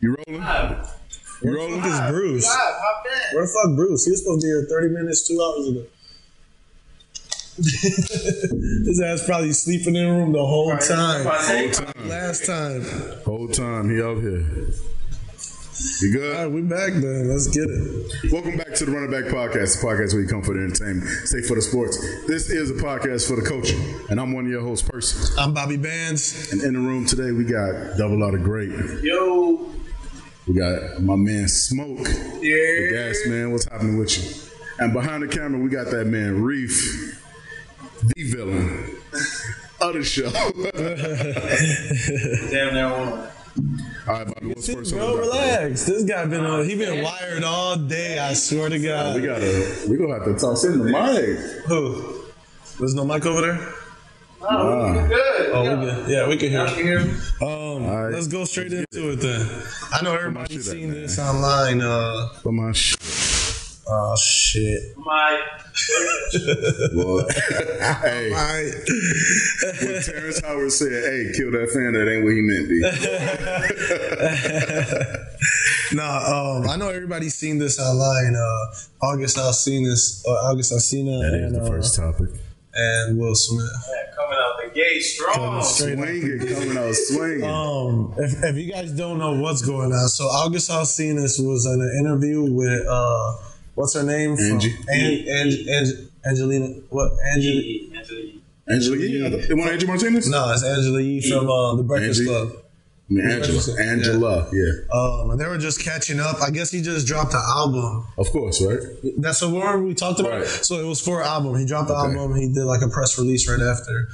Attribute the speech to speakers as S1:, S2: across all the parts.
S1: You rolling? You rolling?
S2: Where the fuck is Bruce? Where the fuck Bruce? He was supposed to be here 30 minutes, two hours ago. His ass probably sleeping in the room the whole time.
S1: Whole time.
S2: Last time.
S1: Whole time. He out here. You good?
S2: All right, we back then. Let's get it.
S1: Welcome back to the Running Back Podcast, the podcast where you come for the entertainment, stay for the sports. This is a podcast for the coaching, and I'm one of your hosts, Percy.
S2: I'm Bobby Bands.
S1: And in the room today, we got Double Out of Great.
S3: Yo,
S1: We got my man Smoke. The
S3: yeah.
S1: gas man, what's happening with you? And behind the camera, we got that man, Reef, the villain of the show.
S3: Damn that one.
S1: All right, Bobby, what's first on
S2: Bro,
S1: the docket?
S2: relax. This guy been on. He been wired all day. I swear to
S1: We
S2: God.
S1: gotta, we gonna have to toss in the mic.
S2: Who? There's no mic over there.
S1: Ah.
S3: Good.
S2: Oh, we good. Yeah, we can hear. you. Um,
S1: All right.
S2: let's go straight into it then. I know everybody's
S1: shit at,
S2: seen
S1: man?
S2: this online. Uh,
S1: But my sh-
S2: oh shit.
S3: My
S1: boy. hey,
S2: All right.
S1: when Terrence Howard said, "Hey, kill that fan," that ain't what he meant. Be.
S2: Nah, um, I know everybody's seen this online. Uh, August Alcina, or uh, August Alcina, and, uh,
S1: topic.
S2: and Will Smith.
S3: coming out the gate strong.
S2: Straight up.
S1: Swinging, coming out swinging.
S2: Um, if, if you guys don't know what's going on, so August Alcinas was in an interview with uh, what's her name? From-
S1: Angie.
S2: An- An- An- Angelina. What? Angie?
S1: Angela, yeah, the one Angela Martinez.
S2: No, it's Angela Yee from uh, the Breakfast
S1: Angie?
S2: Club.
S1: I mean, Angela.
S2: Yeah.
S1: Angela, yeah.
S2: Um, and they were just catching up. I guess he just dropped an album.
S1: Of course, right?
S2: That's the word we talked about.
S1: Right.
S2: So it was for an album. He dropped the
S1: Okay.
S2: album. He did like a press release right after,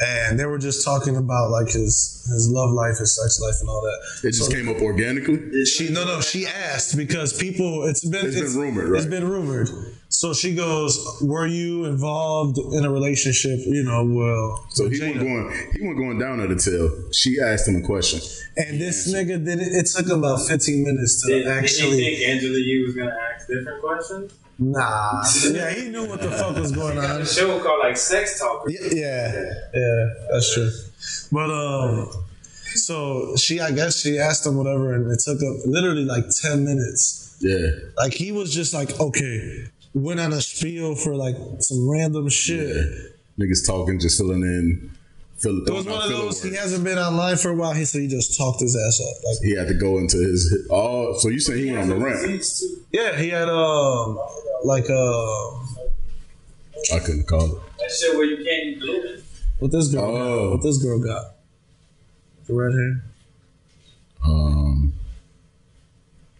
S2: and they were just talking about like his his love life, his sex life, and all that.
S1: It just came up organically.
S2: She no no she asked because people it's been
S1: It's been rumored,
S2: It's
S1: right.
S2: been rumored. So she goes, "Were you involved in a relationship? You know, well."
S1: So he went going. He went going down at the tail. She asked him a question.
S2: and this nigga did it. It took him about fifteen minutes to
S3: Did,
S2: actually.
S3: did you think Angela Yee was gonna ask different questions?
S2: nah, yeah, he knew what the fuck was going on.
S3: The show called like Sex Talk.
S2: Y- Yeah, yeah, that's true. But um, so she, I guess she asked him whatever, and it took up literally like ten minutes.
S1: Yeah.
S2: Like he was just like, okay, went on a spiel for like some random shit.
S1: Niggas talking, just filling in. Fill,
S2: It was one of those. He hasn't been online for a while. He said he just talked his ass up. Like,
S1: he had to go into his. Oh, so you saying he went on the rant?
S2: yeah, he had um, like um,
S1: I couldn't call it.
S3: That shit where you can't do it.
S2: what this girl,
S1: Oh.
S2: got, what this girl got, the red hair.
S1: Um,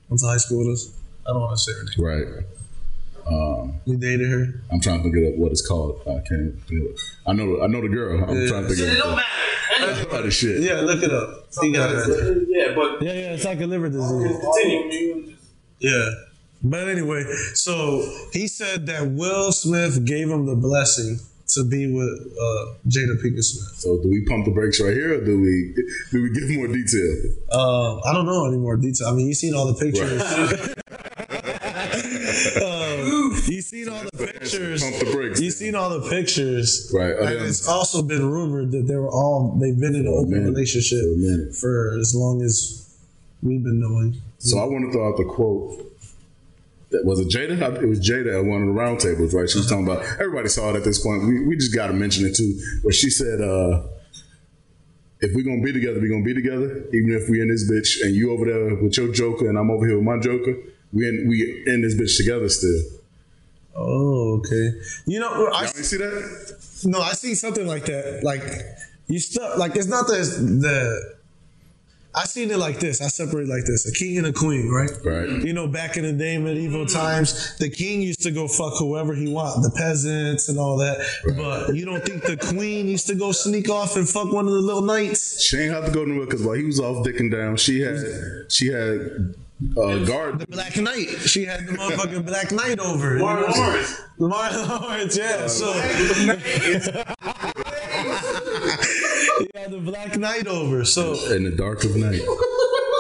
S2: Went to high school with us. I don't want to say her name.
S1: right.
S2: We dated her.
S1: I'm trying to think of what it's called. I can't. Think of it. I know. I know the girl. I'm trying to think
S3: It don't
S1: of
S3: matter.
S1: the other shit.
S2: Yeah, look it up. He got it.
S3: Uh, yeah, but
S2: Yeah, yeah, it's like a liver disease.
S3: continue.
S2: Yeah. But anyway, so he said that Will Smith gave him the blessing to be with uh, Jada Pinkett Smith.
S1: So do we pump the brakes right here, or do we do we give more detail?
S2: Um, I don't know any more detail. I mean, you seen all the pictures. um, you seen all the pictures.
S1: Pump the brakes.
S2: You seen all the pictures.
S1: Right, oh, I
S2: And
S1: didn't-
S2: it's also been rumored that they were all they've been in an open
S1: minute.
S2: relationship
S1: For a minute.
S2: for as long as we've been knowing.
S1: So I want to throw out the quote. That was it Jada? I- It was Jada at one of the roundtables, right? She was talking about everybody saw it at this point. We, we just got to mention it too. Where she said, uh, "If we're gonna be together, we're gonna be together, even if we in this bitch and you over there with your joker and I'm over here with my joker. We in we in this bitch together still.
S2: Oh, okay. You know, I,
S1: Y'all ain't see that?
S2: No, I see something like that. Like you stuck. Like it's not the the I seen it like this. I separate like this: a king and a queen, right?
S1: Right.
S2: You know, back in the day, medieval times, the king used to go fuck whoever he want, the peasants and all that. But you don't think the queen used to go sneak off and fuck one of the little knights?
S1: She ain't have to go nowhere because while he was off dicking down, she had she had uh, guard.
S2: Black Knight. She had the motherfucking Black Knight over. it.
S3: Martin Lawrence.
S2: Martin Lawrence, yeah. So he had the Black Knight over. So
S1: In the dark of night,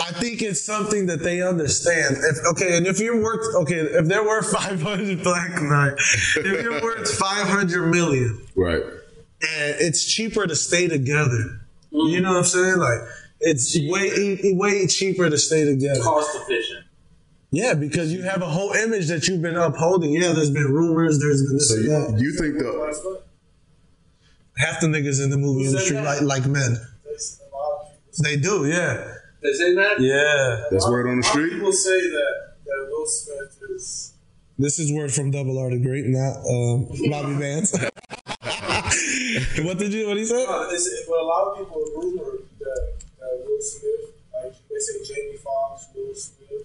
S2: I think it's something that they understand. If okay, and if you're worth okay, if there were 500 Black Knight, if you're worth 500 million,
S1: right?
S2: and it's cheaper to stay together. You know what I'm saying? Like it's way e- way cheaper to stay together.
S3: Cost efficient.
S2: Yeah, because you have a whole image that you've been upholding. Yeah, there's been rumors, there's been this
S1: So
S2: and
S1: you,
S2: that.
S1: you think the
S2: Half the niggas in the movie industry like
S3: that?
S2: like men. They do, yeah.
S3: They say that?
S2: Yeah.
S1: that's word on the
S3: How
S1: street?
S3: people say that, that Will Smith is.
S2: This is word from Double R the Great, not um, Bobby Vance. what did you what he said?
S3: Uh, is it, well, a lot of people rumor that, that Will Smith, like they say Jamie Foxx, Will Smith, uh,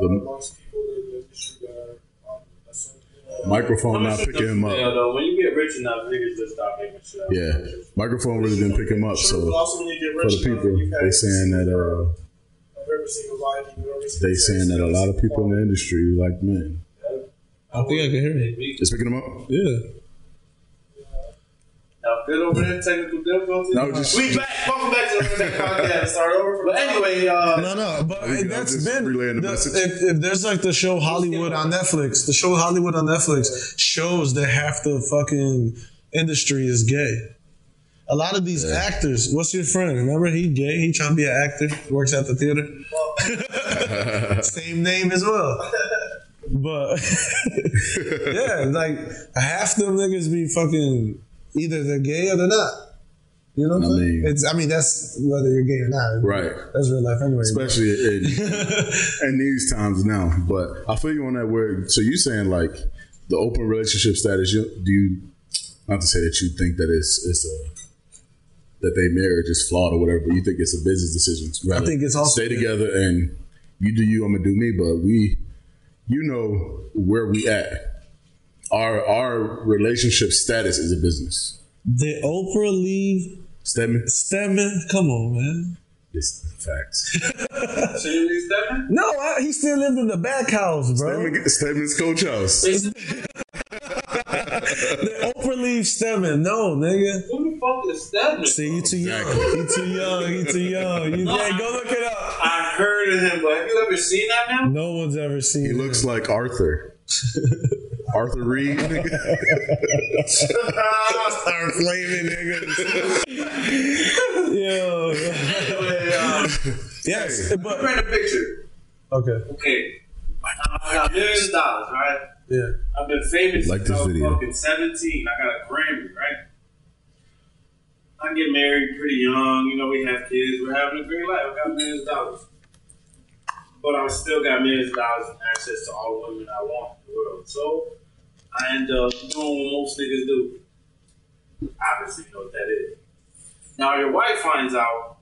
S1: Mhm.
S3: amongst people in the industry that are on a certain. uh,
S1: Microphone not picking him
S4: Yeah,
S1: up.
S4: though, when you get rich enough, niggas just stop making shit up.
S1: Yeah, microphone really didn't pick him up.
S3: Sure,
S1: So
S3: but also when you get
S1: for
S3: rich
S1: the people, they saying that uh,
S3: Every single life, you know, every single
S1: they saying that a lot of people in the industry like men.
S2: I think I can hear you.
S1: It's picking him up.
S2: Yeah.
S3: Now, good over there, technical difficulties.
S1: No, just-
S3: we back. Welcome back to the Red Dead podcast. Start over. But anyway, uh,
S2: No, no, but
S1: think I'm
S2: that's
S1: just
S2: been.
S1: relaying the
S2: the-
S1: message.
S2: if, if there's like the show Hollywood on Netflix, the show Hollywood on Netflix shows that half the fucking industry is gay. A lot of these actors. What's your friend? Remember he gay? He trying to be an actor. Works at the theater. Same name as well. But yeah, like half them niggas be fucking either they're gay or they're not. You know what
S1: I
S2: I'm saying?
S1: mean-
S2: It's I mean that's whether you're gay or not.
S1: Right.
S2: That's real life anyway. but-
S1: especially in, in these times now. But I feel you on that word. So you saying like the open relationship status? You, do you not to say that you think that it's it's a that they marriage is flawed or whatever, but you think it's a business decision. to rather
S2: think it's also-
S1: stay together and you do you, I'm gonna do me. But we, you know where we at. Our our relationship status is a business.
S2: Did Oprah leave
S1: Stedman,
S2: Stedman? Come on, man.
S1: it's facts.
S3: so you need Stephen?
S2: No, I, he still lived in the back house, bro.
S1: Stedman, Stedman's coach house.
S2: Did Oprah leave Stedman? No, nigga.
S3: Who the fuck is Stephen?
S2: See, you too young. You too young. You too young. You, yeah, go look it up.
S3: I heard of him, but have you ever seen that now?
S2: No one's ever seen.
S1: He
S2: him.
S1: looks like Arthur. Arthur Reed. nigga.
S2: Start flaming, nigga. Yo.
S3: Anyway, uh,
S2: Yes, but
S3: paint a picture.
S2: okay.
S3: Okay. I got millions of dollars, right?
S2: Yeah.
S3: I've been famous
S1: Like
S3: since I
S1: this
S3: was
S1: video.
S3: fucking 17. I got a Grammy, right? I get married pretty young. You know, we have kids. We're having a great life. I got millions of dollars. But I still got millions of dollars and access to all the women I want in the world. So I end up doing what most niggas do. Obviously, you know what that is. Now, your wife finds out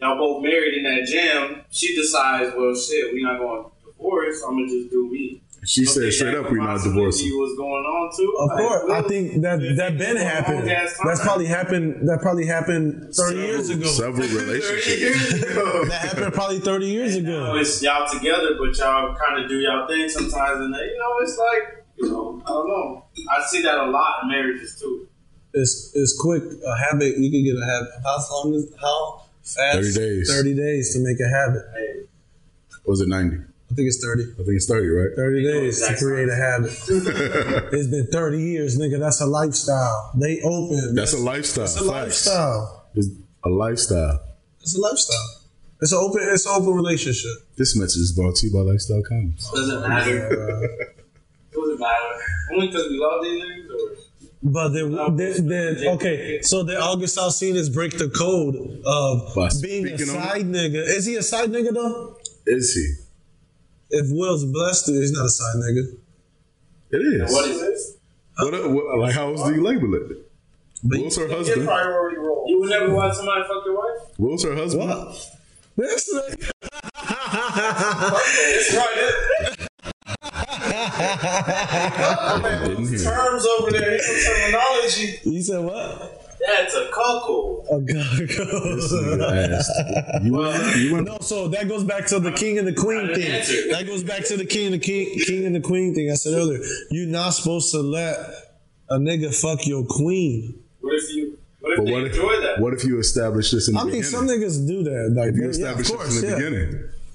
S3: y'all both married in that jam. She decides, well, shit, we're not going to divorce. I'm going to just do me.
S1: She
S3: Okay,
S1: said
S3: that
S1: straight up, we're not
S3: possibly
S1: divorcing.
S3: What's going on too?
S2: Of
S3: Like,
S2: course, I
S3: really?
S2: think that that been
S3: Long
S2: happened.
S3: ass time.
S2: That's probably happened. That probably happened thirty years ago.
S1: Several
S3: Thirty
S1: relationships.
S3: years ago.
S2: That happened probably thirty years
S3: You know,
S2: ago.
S3: it's y'all together, but y'all kind of do y'all thing sometimes, and uh, you know, it's like you know, I don't know. I see that a lot in marriages too.
S2: It's it's quick. A habit you can get a habit. How long is how fast?
S1: 30 days.
S2: Thirty days to make a habit.
S3: Hey,
S1: Was it 90? I
S2: I think it's thirty.
S1: think it's 30, right?
S2: Thirty days to create a habit. it's been thirty years, nigga. That's a lifestyle. They open.
S1: That's a lifestyle.
S2: It's a
S1: Facts.
S2: lifestyle.
S1: It's a lifestyle.
S2: It's a lifestyle. It's an open. It's an open relationship.
S1: This message is brought to you by Lifestyle Comics.
S3: doesn't matter. doesn't matter. Only because we love these niggas, or
S2: But then, then, then okay. So then August Alsina's break the code of
S1: By
S2: being a
S1: speaking on-
S2: side nigga. Is he a side nigga though?
S1: Is he?
S2: If Will's blessed, he's not a side nigga.
S1: It is.
S3: what is this?
S1: What, what, like, how else do you label it? But Will's her husband.
S4: priority role.
S3: You would never watch somebody fuck your wife?
S1: Will's her husband.
S2: That's like,
S4: It's right.
S1: I didn't hear. it.
S4: Terms over there. Here's some terminology.
S2: you said what?
S4: That's a cuckold.
S2: Oh God, God.
S1: This nigga asked. You went. You went.
S2: No, so that goes back to the king and the queen thing.
S4: answer.
S2: That goes back to the king and the king, king and the queen thing I said earlier. You're not supposed to let a nigga fuck your queen.
S3: What if you? What if
S1: But
S3: they
S1: what if,
S3: enjoy that?
S1: what if you establish this in the
S2: I think
S1: beginning?
S2: some niggas do that. Like,
S1: if you
S2: yeah, of
S1: establish
S2: course,
S1: this in the
S2: yeah.
S1: beginning,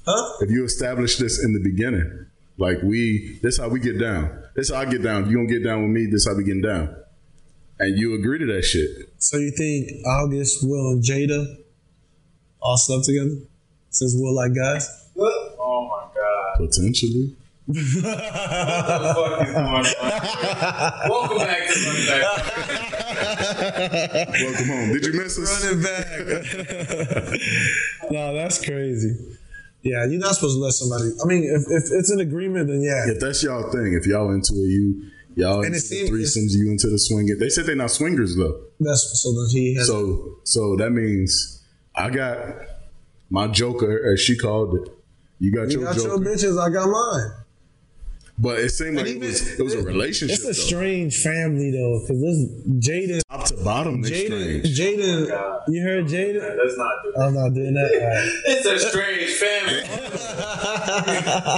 S2: huh?
S1: if you establish this in the beginning, like we, this how we get down. This how I get down. You gonna get down with me. This how we getting down. And you agree to that shit.
S2: So you think August, Will, and Jada all slept together? Since Will like guys?
S4: Look. Oh my god.
S1: Potentially.
S4: Fuck is going on? Welcome back to Money Back.
S1: Welcome home. Did you miss us?
S2: no, that's crazy. Yeah, you're not supposed to let somebody. I mean, if, if it's an agreement, then yeah.
S1: If that's y'all thing, if y'all into it, you y'all
S2: And
S1: into
S2: it
S1: the
S2: seems-
S1: threesomes, you into the swinging. They said they're not swingers though.
S2: That's so that he has.
S1: So so that means I got my joker, as she called it. You got
S2: you
S1: your
S2: got
S1: joker,
S2: your bitches, I got mine.
S1: but it seemed like it
S2: even-
S1: was, it was a relationship.
S2: It's a
S1: though.
S2: strange family though, because this Jaden,
S1: top to bottom. they
S2: Jaden,
S1: strange.
S2: Jaden. You heard Jaden?
S4: Let's not do that.
S2: I'm not doing that. uh, All right.
S4: It's a strange family.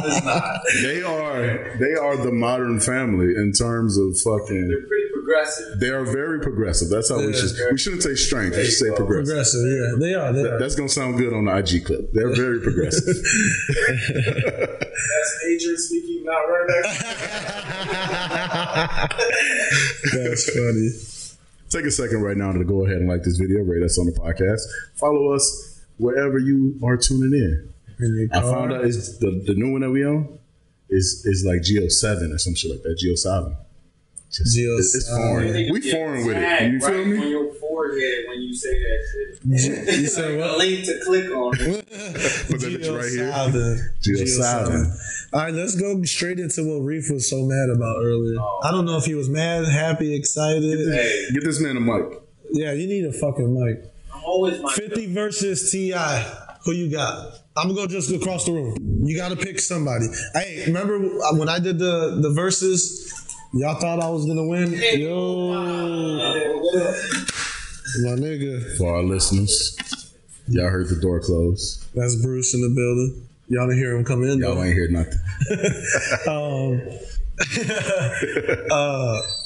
S4: it's not.
S1: They are they are the modern family in terms of fucking.
S4: They're pretty progressive.
S1: They are very progressive. That's how we
S2: Yeah.
S1: should. We shouldn't say strange. We should say progressive.
S2: Progressive, yeah, they are. They are.
S1: That's gonna sound good on the IG clip. They're very progressive.
S4: That's Adrian speaking, not right back.
S2: That's funny.
S1: Take a second right now to go ahead and like this video, rate us on the podcast, follow us wherever you are tuning in.
S2: In your
S1: I
S2: car.
S1: found out is the, the new one that we own is is like Geo Seven or some shit like that. Geo Seven. Just,
S2: Geo
S1: it's, it's
S2: 7.
S1: foreign. We foreign with it. You feel
S4: right
S1: me?
S4: on your forehead when you say that shit.
S2: you said
S4: A
S2: what?
S4: link to click on.
S1: Put that bitch right here.
S2: Geo
S1: Geo Silent.
S2: All right, let's go straight into what Reef was so mad about earlier.
S1: Oh.
S2: I don't know if he was mad, happy, excited.
S1: Get this man a mic.
S2: Yeah, you need a fucking mic.
S4: I'm always my
S2: 50 versus T.I. Who you got? I'm gonna go just across the room. You gotta pick somebody. Hey, remember when I did the the verses? Y'all thought I was gonna win? Yo, my nigga.
S1: For our listeners, y'all heard the door close.
S2: That's Bruce in the building. Y'all didn't hear him come in
S1: Y'all
S2: though.
S1: ain't hear nothing.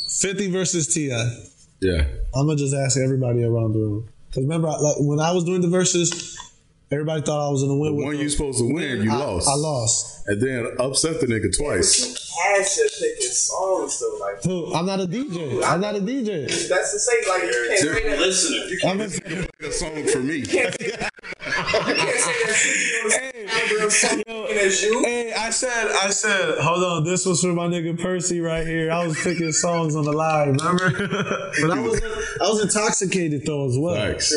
S2: 50 versus T.I.
S1: Yeah.
S2: I'm gonna just ask everybody around the room. Cause remember, I- like when I was doing the verses, everybody thought I was gonna win.
S1: The
S2: with
S1: one
S2: them.
S1: you supposed to win, you
S2: I,
S1: lost.
S2: I lost.
S1: And then upset the nigga twice.
S4: ass at picking songs though. Like
S2: Who? I'm not a DJ. I'm not a DJ.
S4: that's the same. Like you can't say that. Listener, you
S2: I'm a,
S1: Play a song for me.
S4: can't say that shit. You know what I'm saying?
S2: hey, I said, I said, hold on. This was for my nigga Percy right here. I was picking songs on the live, remember? but I was, I was intoxicated though as well.
S1: Thanks.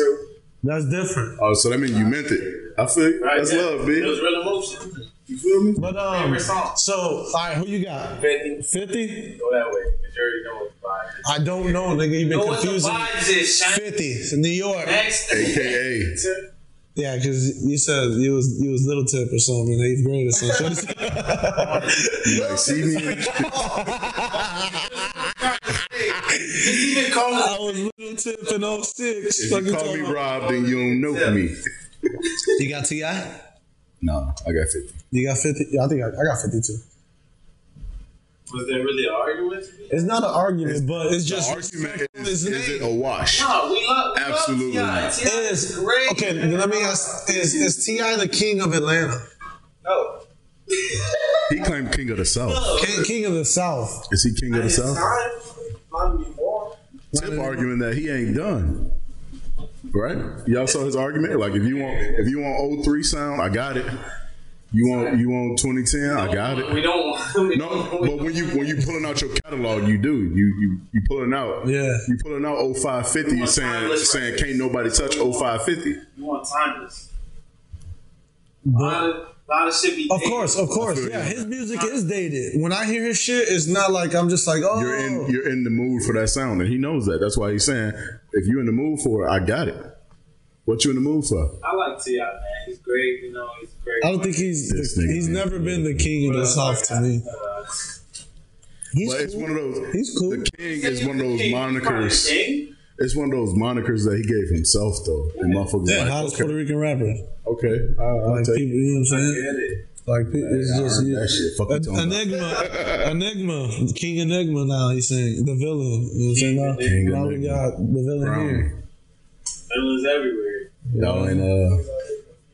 S2: That's different.
S1: Oh, so that means you meant it. I feel you. that's love,
S4: It
S1: bitch.
S4: was real emotion.
S1: You feel me?
S2: But um,
S4: Favorite song.
S2: so all right, who you got?
S4: Fifty,
S2: Fifty?
S4: go that way. Majority know what the vibe is.
S2: I don't know, nigga. You been
S4: Know what the
S2: confusing.
S4: vibes is. Shine
S2: Fifty, It's New York.
S4: next.
S1: AKA.
S2: Yeah, because you said you was you was little tip or something in eighth grade or something.
S1: You like see me?
S4: Even call
S2: I was little tip in 06.
S1: If you call me Rob, then you don't know me.
S2: You got Ti?
S1: No, I got 50.
S2: You got fifty? Yeah, I think I, I got fifty two.
S4: Was there really an argument?
S2: It's not an argument, but it's just
S1: Argument
S2: respect on
S1: is,
S2: his
S1: is
S2: name.
S1: it a wash?
S4: No, we love we
S1: Absolutely
S4: Love
S1: not.
S4: T.I. T.I.
S2: Is-
S4: is great.
S2: Okay, then let me ask: Is is Ti the king of Atlanta?
S4: No,
S1: He claimed king of the south.
S2: King, king of the South?
S1: Is he king of the
S4: it's
S1: south?
S4: time. Might be more.
S1: Tip arguing that he ain't done. Right? Y'all saw his argument? Like if you want if you want 03 sound, I got it. You want you want 2010, I got it.
S4: We don't want. We
S1: No,
S4: don't, we
S1: but when you when you pulling out your catalog, you do you you you pulling out.
S2: Yeah.
S1: you pulling out 0550 and saying
S4: timeless
S1: saying can't nobody touch 0550.
S4: You want timeless. A lot
S2: But,
S4: of, a lot of shit be
S2: of
S4: dated.
S2: course, of course,
S1: feel
S2: yeah.
S1: you.
S2: His music is dated. When I hear his shit, it's not like I'm just like, oh,
S1: You're in you're in the mood for that sound, and he knows that. That's why he's saying If you're in the mood for it, I got it. What you in the mood for?
S3: I like Ti, man. He's great. You know, he's great.
S2: I don't think he's
S1: This
S2: the,
S1: nigga
S2: he's
S1: ain't
S2: never been the king of the South to me.
S3: Uh,
S2: He's
S1: But it's
S2: cool.
S1: one of those.
S2: He's cool.
S1: The king is one of those
S3: King,
S1: monikers.
S2: eh?
S3: King.
S1: It's one of those monikers that he gave himself though. And motherfuckers
S2: Yeah,
S1: like,
S2: hottest
S1: okay,
S2: Puerto Rican rapper.
S1: okay, I, I'll
S2: Like
S1: take
S2: people,
S1: it.
S2: you know what I'm saying?
S3: Get it.
S2: Like pe- it's
S1: I
S2: just
S1: heard
S2: yeah.
S1: that shit. Fuck you
S2: En-
S1: talking about.
S2: Enigma, Enigma, King Enigma. Now he's saying the villain. You know what I'm saying? Now,
S1: King
S2: now we
S1: Enigma.
S2: got the villain
S1: Brown.
S2: here.
S3: Villains everywhere.
S1: Y'all ain't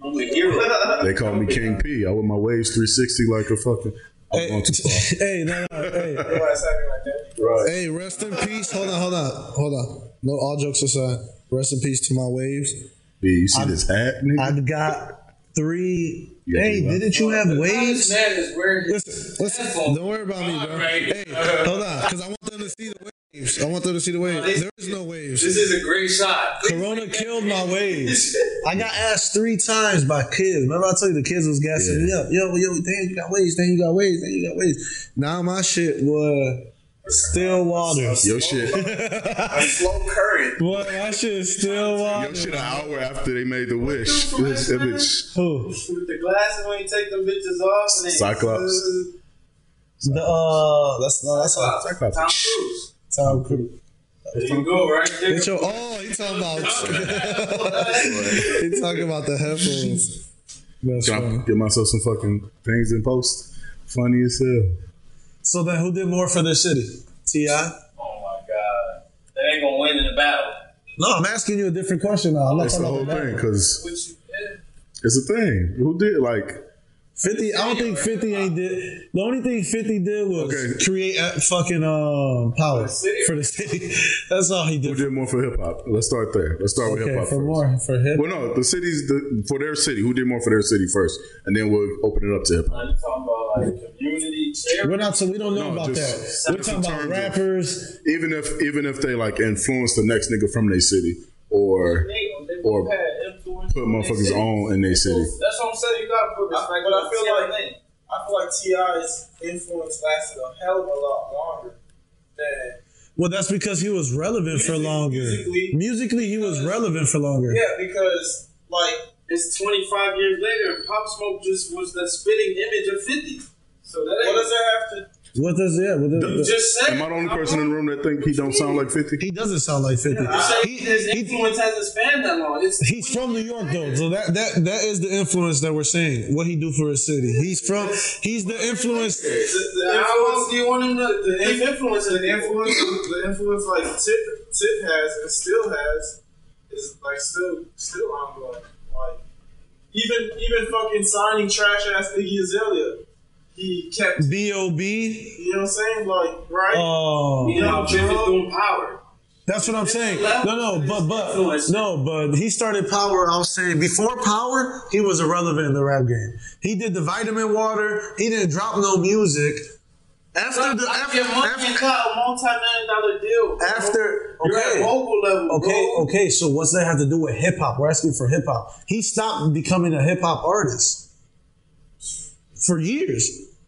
S3: I'm a hero.
S1: uh. They call me King P. I wear my waves 360 like a fucking. I'm going too far.
S2: hey, no, no, hey,
S3: Everybody's acting like that.
S2: hey, rest in peace. Hold on, hold on, hold on. No, all jokes aside, rest in peace to my waves.
S1: B, you see this hat, nigga?
S2: I've got three.
S1: Yeah,
S2: hey,
S1: you got-
S2: didn't you have waves?
S3: That is where his
S2: Listen, listen, don't worry about me, bro. Hey, hold on, because I want them to see the waves. I want them to see the waves. There is no waves.
S3: This is a great shot.
S2: Corona killed my waves. I got asked three times by kids. Remember, I told you the kids was gassing me up. Yo, yo, damn, you got waves. Damn, you got waves. Damn, you got waves. Now my shit was still water.
S1: Your shit,
S4: Slow current.
S2: Boy, my shit is still
S1: your
S2: water.
S1: shit. An hour after they made the wish, this image.
S2: Who?
S3: With the glasses when you take them bitches off. And they-
S1: Cyclops.
S2: The, uh, that's no, that's how
S3: Tom Cruise.
S2: Tom Cruise.
S3: There you go, right there.
S2: It's your, oh, he talking about he talking about the headphones. That's
S1: Can
S2: funny.
S1: I get myself some fucking things in post? Funny as hell.
S2: So then, who did more for their city? Ti?
S3: Oh my god. That ain't gonna win in the battle.
S2: No, I'm asking you a different question now. I'm not
S1: That's the
S2: talking
S1: whole
S2: about that.
S1: thing, because
S3: What you yeah.
S1: it's a thing. Who did like?
S2: Fifty. I don't think Fifty ain't did. The only thing Fifty did was
S1: Okay.
S2: create a fucking um power
S3: city.
S2: for the city. That's all he
S1: Who
S2: did.
S1: did more for hip hop? Let's start there. Let's start with
S2: Okay,
S1: hip hop
S2: for
S1: first.
S2: more for hip.
S1: Well, no, the cities the, for their city. Who did more for their city first, and then we'll open it up to hip hop.
S3: I'm talking about like community charity.
S2: We're not. So we don't know
S1: No,
S2: about
S1: just-
S2: that. We're
S1: just
S2: talking
S1: in
S2: about
S1: terms of-
S2: rappers.
S1: Even if even if they like influence the next nigga from their city, or
S3: They, they
S1: Or
S3: both had influence
S1: put
S3: on their
S1: motherfuckers
S3: city.
S1: on in their city.
S3: That's what I'm saying. You gotta put respect.
S4: But I feel
S3: on
S4: like-
S3: their name.
S4: I feel like Ti's influence lasted a hell of a lot longer than
S2: Well, that's because he was relevant for longer.
S4: musically-
S2: Musically, he was relevant for longer.
S4: yeah, because like
S3: It's 25 years later, and Pop Smoke just was the spitting image of 50. So that ain't.
S4: what does that have to?
S2: What does yeah? What does,
S3: just say?
S1: am I the only person in the room that think he don't sound like Fifty?
S2: he doesn't sound like Fifty.
S3: He, his influence hasn't spanned that long. It's
S2: He's from New York though, so that that that is the influence that we're saying. What he do for his city. He's from. He's the influence.
S3: How else do you want him to? The
S4: His
S3: influence
S4: influence, the influence, the influence like Tip Tip has and still has is like still still ongoing. Like even even fucking signing trash ass Iggy Azalea, he kept.
S2: B O B.
S4: You know what I'm saying? Like right.
S2: Oh,
S3: You know, driven through power.
S2: that's what I'm saying. No, no, but but no, but he started power. I was saying before power, he was irrelevant in the rap game. He did the vitamin water. He didn't drop no music. After the after
S3: Your money
S2: after,
S3: got a multi-million dollar deal. bro.
S2: after
S3: you're at
S2: okay.
S3: mogul level,
S2: Okay,
S3: bro.
S2: okay. So what's that have to do with hip hop? We're asking for hip hop. He stopped becoming a hip hop artist for years.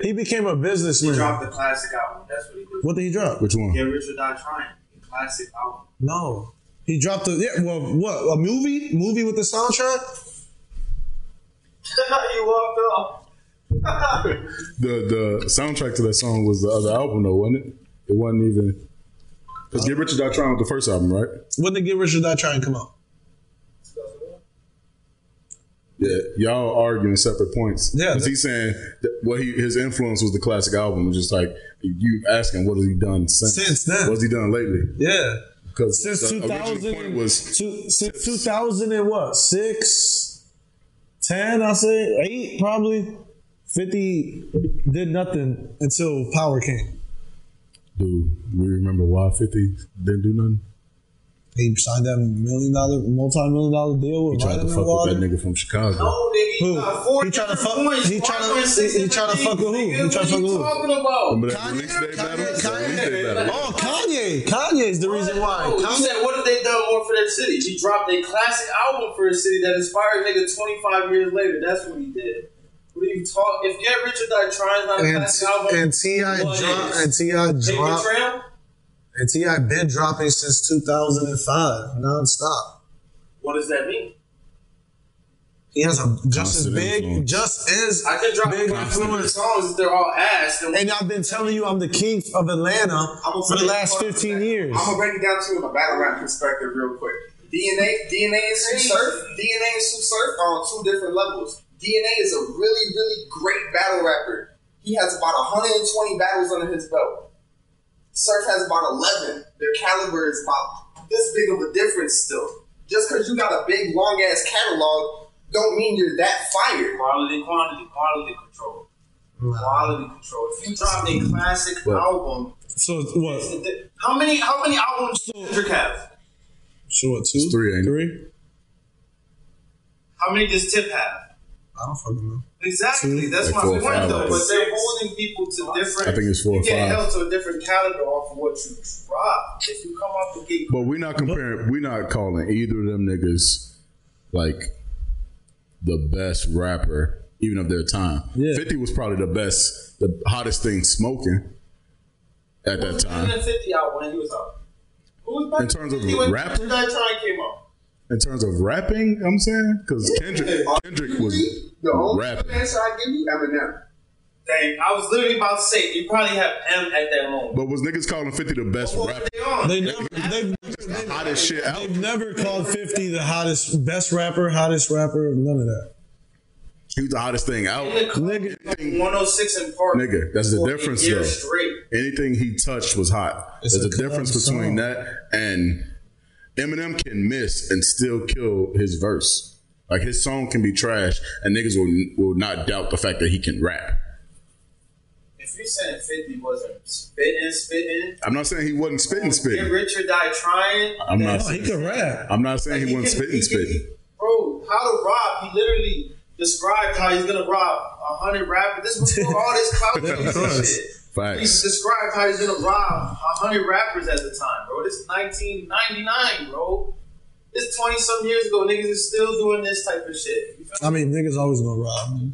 S2: He became a businessman.
S3: Drop the classic album. That's what he did.
S2: What did he drop?
S1: Which one?
S3: Get rich or die trying. Classic album.
S2: No, he dropped a yeah. Well, what a movie? Movie with the soundtrack?
S4: he walked off.
S1: the the soundtrack to that song was the other album though, wasn't it? It wasn't even because Get Rich or Die Trying was the first album, right?
S2: When did Get Rich or Die Trying come out?
S1: Yeah, y'all arguing separate points.
S2: Yeah.
S1: 'Cause he's saying that what he, his influence was the classic album. Just like you asking, what has he done since?
S2: Since then.
S1: what's he done lately?
S2: Yeah.
S1: Because
S2: Since
S1: the
S2: 2000
S1: original point was
S2: Two, since 2000 and what? Six, 10, I say, eight, probably. 50 did nothing until Power came.
S1: do we remember why Fifty didn't do nothing?
S2: He signed that million dollar, multi million dollar deal with
S1: He tried
S2: Vitamin
S1: to fuck
S2: Water. Oh.
S1: with that nigga from Chicago.
S3: No, Oh, nigga,
S2: Who?
S3: you got four
S2: He tryna
S3: different
S2: fuck-
S3: points.
S2: he
S3: Why
S2: tryna-
S3: you six
S2: he- he
S3: different
S2: tryna fuck with who?
S3: things,
S2: He tryna
S3: nigga? What
S2: fuck
S3: you
S2: with who?
S3: talking about?
S1: Remember that release day battle? That release day
S2: Kanye,
S1: battle.
S2: oh, Kanye. Kanye's the reason why.
S3: No, you
S2: Kanye-
S3: Oh, said, what have they done more for their city? He dropped a classic album for his city that inspired nigga 25 years later. That's what he did. What are you talking? If Get Rich or Die Trying's not a
S2: and
S3: classic album,
S2: and T.I.
S3: what
S2: dropped,
S3: is?
S2: and T.I.
S3: Paper
S2: dropped,
S3: Trail?
S2: and T.I. been dropping since 2005, nonstop.
S3: What does that mean?
S2: He has a just as
S1: Constant
S2: big,
S1: influence.
S2: just as
S3: I can drop
S2: big
S3: five
S2: influence.
S3: songs if they're all ass. Then
S2: And I've been telling you, I'm the king of Atlanta for the last 15 years.
S5: I'm gonna break it down to you in a battle rap perspective real quick. DNA, DNA and Sue Surf, DNA and Sue Surf are on two different levels. DNA is a really, really great battle rapper. He has about 120 battles under his belt. Surf has about 11. Their caliber is about this big of a difference still. Just because you got a big, long ass catalog, don't mean you're that fired.
S3: Quality, quantity, quality control. Quality control. If you drop a classic
S1: Well-
S3: album,
S2: So what?
S3: how many how many albums does Kendrick have?
S2: So what? Two,
S1: It's three, ain't it?
S2: three.
S3: How many does Tip have?
S2: I don't fucking know.
S3: Exactly. That's
S1: Like
S3: my
S1: four or
S3: point
S1: five, I
S3: though. But
S1: think.
S3: they're holding people to different.
S1: I think it's four or
S3: You get
S1: five.
S3: held to a different caliber off of what you drop. If you come off the gate,
S1: But we're not comparing. We're not calling either of them niggas like the best rapper, even of their time.
S2: Yeah.
S1: Fifty was probably the best, the hottest thing smoking at that time.
S3: 150 out when he was out. Who was
S1: In terms of rap?
S3: Did I try and came out?
S1: In terms of rapping, I'm saying because Kendrick, Kendrick was
S5: The only
S1: rapping.
S5: answer I give you, Eminem.
S3: Dang, I was literally about to say you probably have M at that moment.
S1: But was niggas calling Fifty the best
S3: What
S1: rapper?
S3: were they on?
S2: They never, they've,
S1: The hottest shit out.
S2: they've never called 50 the hottest, best rapper, hottest rapper, none of that.
S1: He was the hottest thing out.
S3: Nigga, 106 in oh Park.
S1: Nigga, that's the
S3: for a
S1: difference,
S3: year
S1: though.
S3: Straight.
S1: anything he touched was hot.
S2: It's
S1: There's
S2: a
S1: a, difference
S2: club song.
S1: between that and Eminem can miss and still kill his verse. Like his song can be trash, and niggas will will not doubt the fact that he can rap.
S3: If you said 50 wasn't spitting, spitting,
S1: I'm not saying he wasn't spitting,
S3: get
S1: spitting.
S3: rich or die trying,
S1: I'm
S2: No,
S1: not.
S2: Oh, he
S1: Saying,
S2: could rap.
S1: I'm not saying he wasn't
S3: can-
S1: spitting,
S3: he can-
S1: spitting.
S3: Bro, how to rob? He literally described how he's gonna rob a hundred rappers. This was before all this clout
S1: Yeah, of
S3: chasing
S1: course.
S3: shit.
S1: Facts.
S3: He described how he's gonna rob a hundred rappers at the time, bro. This is 1999, bro. This 20 some years ago. Niggas is still doing this type of shit. You feel
S2: I mean, niggas always gonna rob me.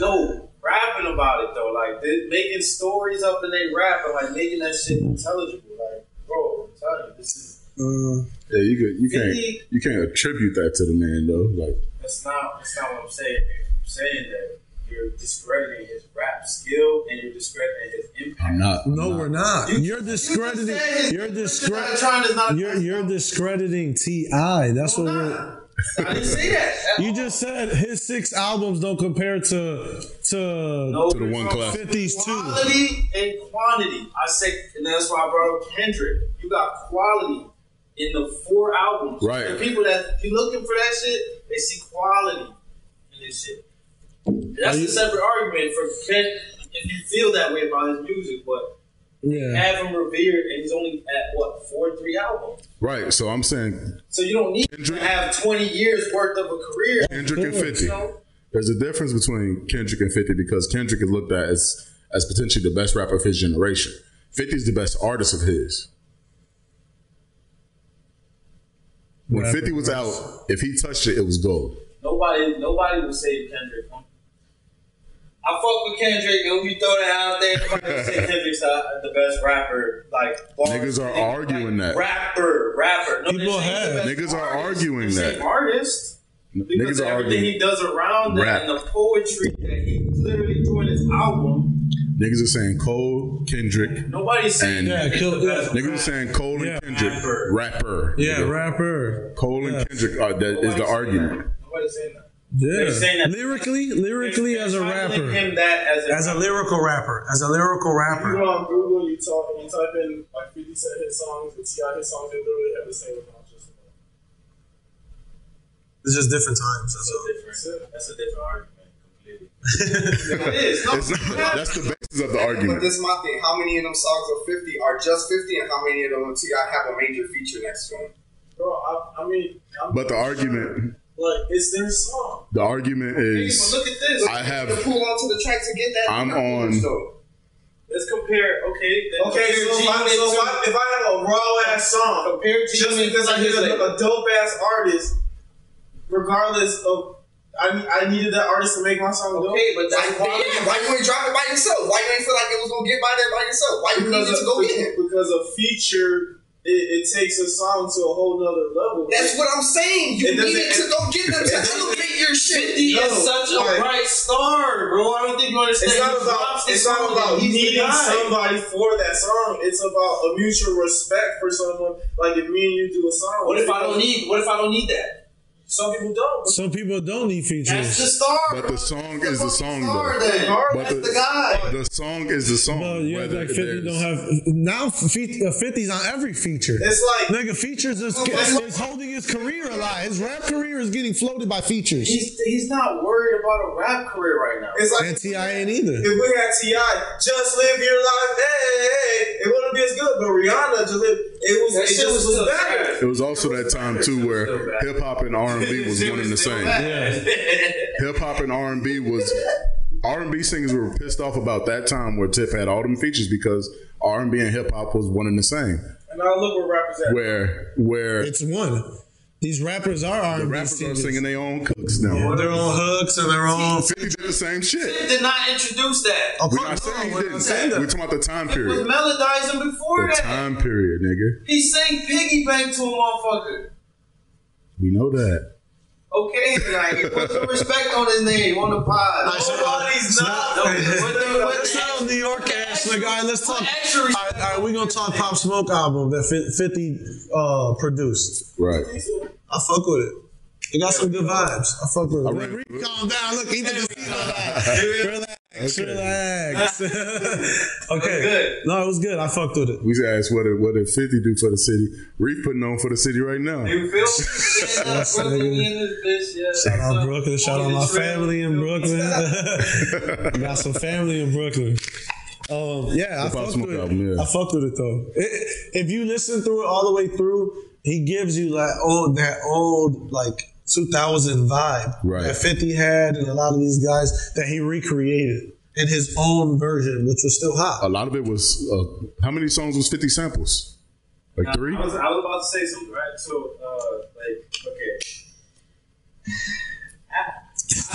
S3: no rapping about it though, like they making stories up in they rap and like making that shit intelligible. Like, bro, I'm telling you, this is
S2: Uh,
S1: Yeah, you could, you
S3: Fifty-
S1: can't you can't attribute that to the man though. Like
S3: that's not that's not what I'm saying. I'm saying that you're discrediting his rap skill and you're discrediting his impact.
S1: I'm not. I'm
S2: no, we're not. You're discrediting.
S3: said
S2: You're
S3: his-
S2: discrediting.
S3: Trying is not.
S2: You're, you're discrediting Ti. That's what we're.
S3: I didn't say that.
S2: You just said his six albums don't compare to to
S3: No,
S1: to the one class.
S2: fifties two.
S3: Quality and quantity. I say, and that's why I brought up Kendrick. You got quality in the four albums.
S1: Right.
S3: The people that if you looking for that shit, they see quality in this shit. That's a separate argument for Ken. If you feel that way about his music, but
S2: Yeah.
S3: have him revered, and he's only at what four, three albums.
S1: Right. So I'm saying
S3: So you don't need
S1: Kendrick-
S3: to have twenty years worth of a career.
S1: Kendrick and Fifty.
S3: You know?
S1: There's a difference between Kendrick and 50 because Kendrick is looked at as as potentially the best rapper of his generation. 50 is the best artist of his. When 50 was out, if he touched it, it was gold.
S3: Nobody, nobody will save Kendrick. I fuck with Kendrick, and if you throw that out there, nobody will say Kendrick's the, the best rapper. Like bars.
S1: Niggas are arguing that.
S3: rapper, rapper. No,
S2: People
S3: they say he's the
S2: have.
S3: best
S1: Niggas are
S3: artist.
S1: arguing
S3: They say
S1: that.
S3: Artist, because
S1: Niggas
S3: of
S1: are
S3: everything he
S1: arguing.
S3: does around that
S1: Rap.
S3: and the poetry that he literally threw in his album.
S1: Niggas are saying Cole, Kendrick.
S3: Nobody's saying
S1: And-
S3: that.
S2: Yeah, kill- yeah.
S1: Niggas are saying Cole
S2: Yeah.
S1: and Kendrick.
S3: Rapper.
S1: Rapper.
S2: Yeah,
S1: Nigga.
S2: rapper.
S1: Cole and
S2: Yeah.
S1: Kendrick are, that is the argument.
S3: Nobody's saying that.
S2: Yeah.
S3: They're saying that-
S2: Lyrically, lyrically as a
S3: They're titling
S2: rapper.
S3: him that as a,
S2: As a lyrical rapper. As a lyrical
S4: You
S2: rapper.
S4: go on Google, you talk, you type in like 50 Cent hit songs and T.I. hit songs, they literally have the same amount. Just
S2: It's just different times. That's all.
S3: That's a different- that's a different argument completely. it is. No,
S1: It's not- that's the basis of the
S5: But
S1: argument.
S5: this is my thing. How many of them songs are 50 are just 50, and how many of them on T.I. have a major feature next to them?
S4: bro, I, I mean, I'm,
S1: But the argument,
S4: like it's their song.
S1: the argument
S3: but
S1: is
S3: look at this.
S1: I
S5: To
S1: have.
S5: pull onto the track to get that.
S1: I'm
S5: that
S1: on-
S5: though.
S3: Let's compare. Okay. then
S4: Okay,
S3: compare
S4: so, if I,
S3: G-Unit
S4: so
S3: to-
S4: if, I, if I have a raw ass song,
S3: Compared to
S4: just
S3: G-Unit
S4: because I
S3: to his
S4: hear a,
S3: label.
S4: a dope ass artist, regardless of, I, I needed that artist to make my song dope.
S3: Okay,
S5: Why,
S3: but that's
S5: why, why you ain't drop it by yourself? Why you ain't feel like it was gonna get by there by yourself? Why you
S4: because
S5: needed to go
S4: a,
S5: get it?
S4: because a feature it, it takes a song to a whole nother level.
S5: That's what I'm saying. You
S4: It doesn't-
S5: needed to go get them to elevate your shit.
S3: 50
S4: No,
S3: is such a
S4: like-
S3: bright star, bro. I don't think you understand.
S4: It's not
S3: He
S4: about
S3: drops the
S4: it's not
S3: song
S4: about
S3: that he's the
S4: needing
S3: guy.
S4: somebody for that song. It's about a mutual respect for someone. Like if me and you do a song,
S3: What if I don't need? What if I don't need that?
S4: Some people don't.
S2: Some people don't need
S3: That's the
S2: features.
S3: star.
S1: But the song is the song,
S5: Star,
S1: though.
S5: then.
S4: Regardless,
S1: But
S5: That's the guy.
S1: The song is the song.
S2: No, you act
S1: whether
S2: like 50
S1: there's-
S2: don't have. Now fe- uh, 50's on every feature.
S4: It's like
S2: Nigga, features is, is holding his career alive. His rap career is getting floated by features.
S3: He's, he's not worried about a rap career right now.
S4: it's like
S2: And T.I. ain't either.
S4: if we had Ti, just live your life. Hey, hey, hey, it wouldn't be as good. But Rihanna just lived. It was.
S3: That
S4: it
S3: shit
S4: just
S3: was
S4: was
S3: still
S4: better.
S3: trash.
S1: It was also that time too where hip hop and R and B was one and the same. Hip hop and R and B was R and B singers were pissed off about that time where Tiff had all them features because R and B and hip hop was one and the same.
S4: And now look where rappers at.
S1: Where where
S2: It's one. These rappers are R&B
S1: the rappers are
S2: singers.
S1: singing their own cooks now.
S2: their own hooks and their own.
S1: Fifty did the same shit.
S3: Did not introduce that.
S1: Oh, We're not saying he didn't. We're talking about the time
S3: It was
S1: period.
S3: melodizing before
S1: The
S3: that.
S1: time period, nigga.
S3: He sang piggy bank to a motherfucker.
S1: We know that.
S3: Okay, like, put some respect on his name on the pod.
S2: Nobody's
S3: not. No, but they- but
S2: Let's
S3: they-
S2: sound New York ass. Like, all right, let's talk. All
S3: Actually-
S2: right, all right, we're gonna talk Pop Smoke album that Fif- Fifty uh, produced.
S1: Right.
S2: I fuck with it. It got some good vibes. I fuck with it.
S1: read-
S2: Rick, calm down. Look, he just relax, relax. okay.
S3: good.
S2: No, it was good. I fucked with it.
S1: We asked what did what did Fifty do for the city. Reef putting on for the city right now.
S3: You feel me? Yeah, Brooklyn
S2: nigga.
S3: in this bitch, yeah.
S2: Shout out
S3: So,
S2: Brooklyn. Shout out
S3: on the
S2: my
S3: trail,
S2: family in
S3: you
S2: Brooklyn. Got some family in Brooklyn. Um, yeah, I
S1: Pop
S2: fucked
S1: Smoke
S2: with it.
S1: album, yeah.
S2: I fucked with it though. It, if you listen through it all the way through, he gives you like old that old like 2000 vibe
S1: Right.
S2: that 50 had, and a lot of these guys that he recreated in his own version, which was still
S1: A
S2: hot.
S1: lot of it was uh, how many songs was Fifty samples? Like three.
S3: I was, I was about to say something, right? So, uh, like, okay. I,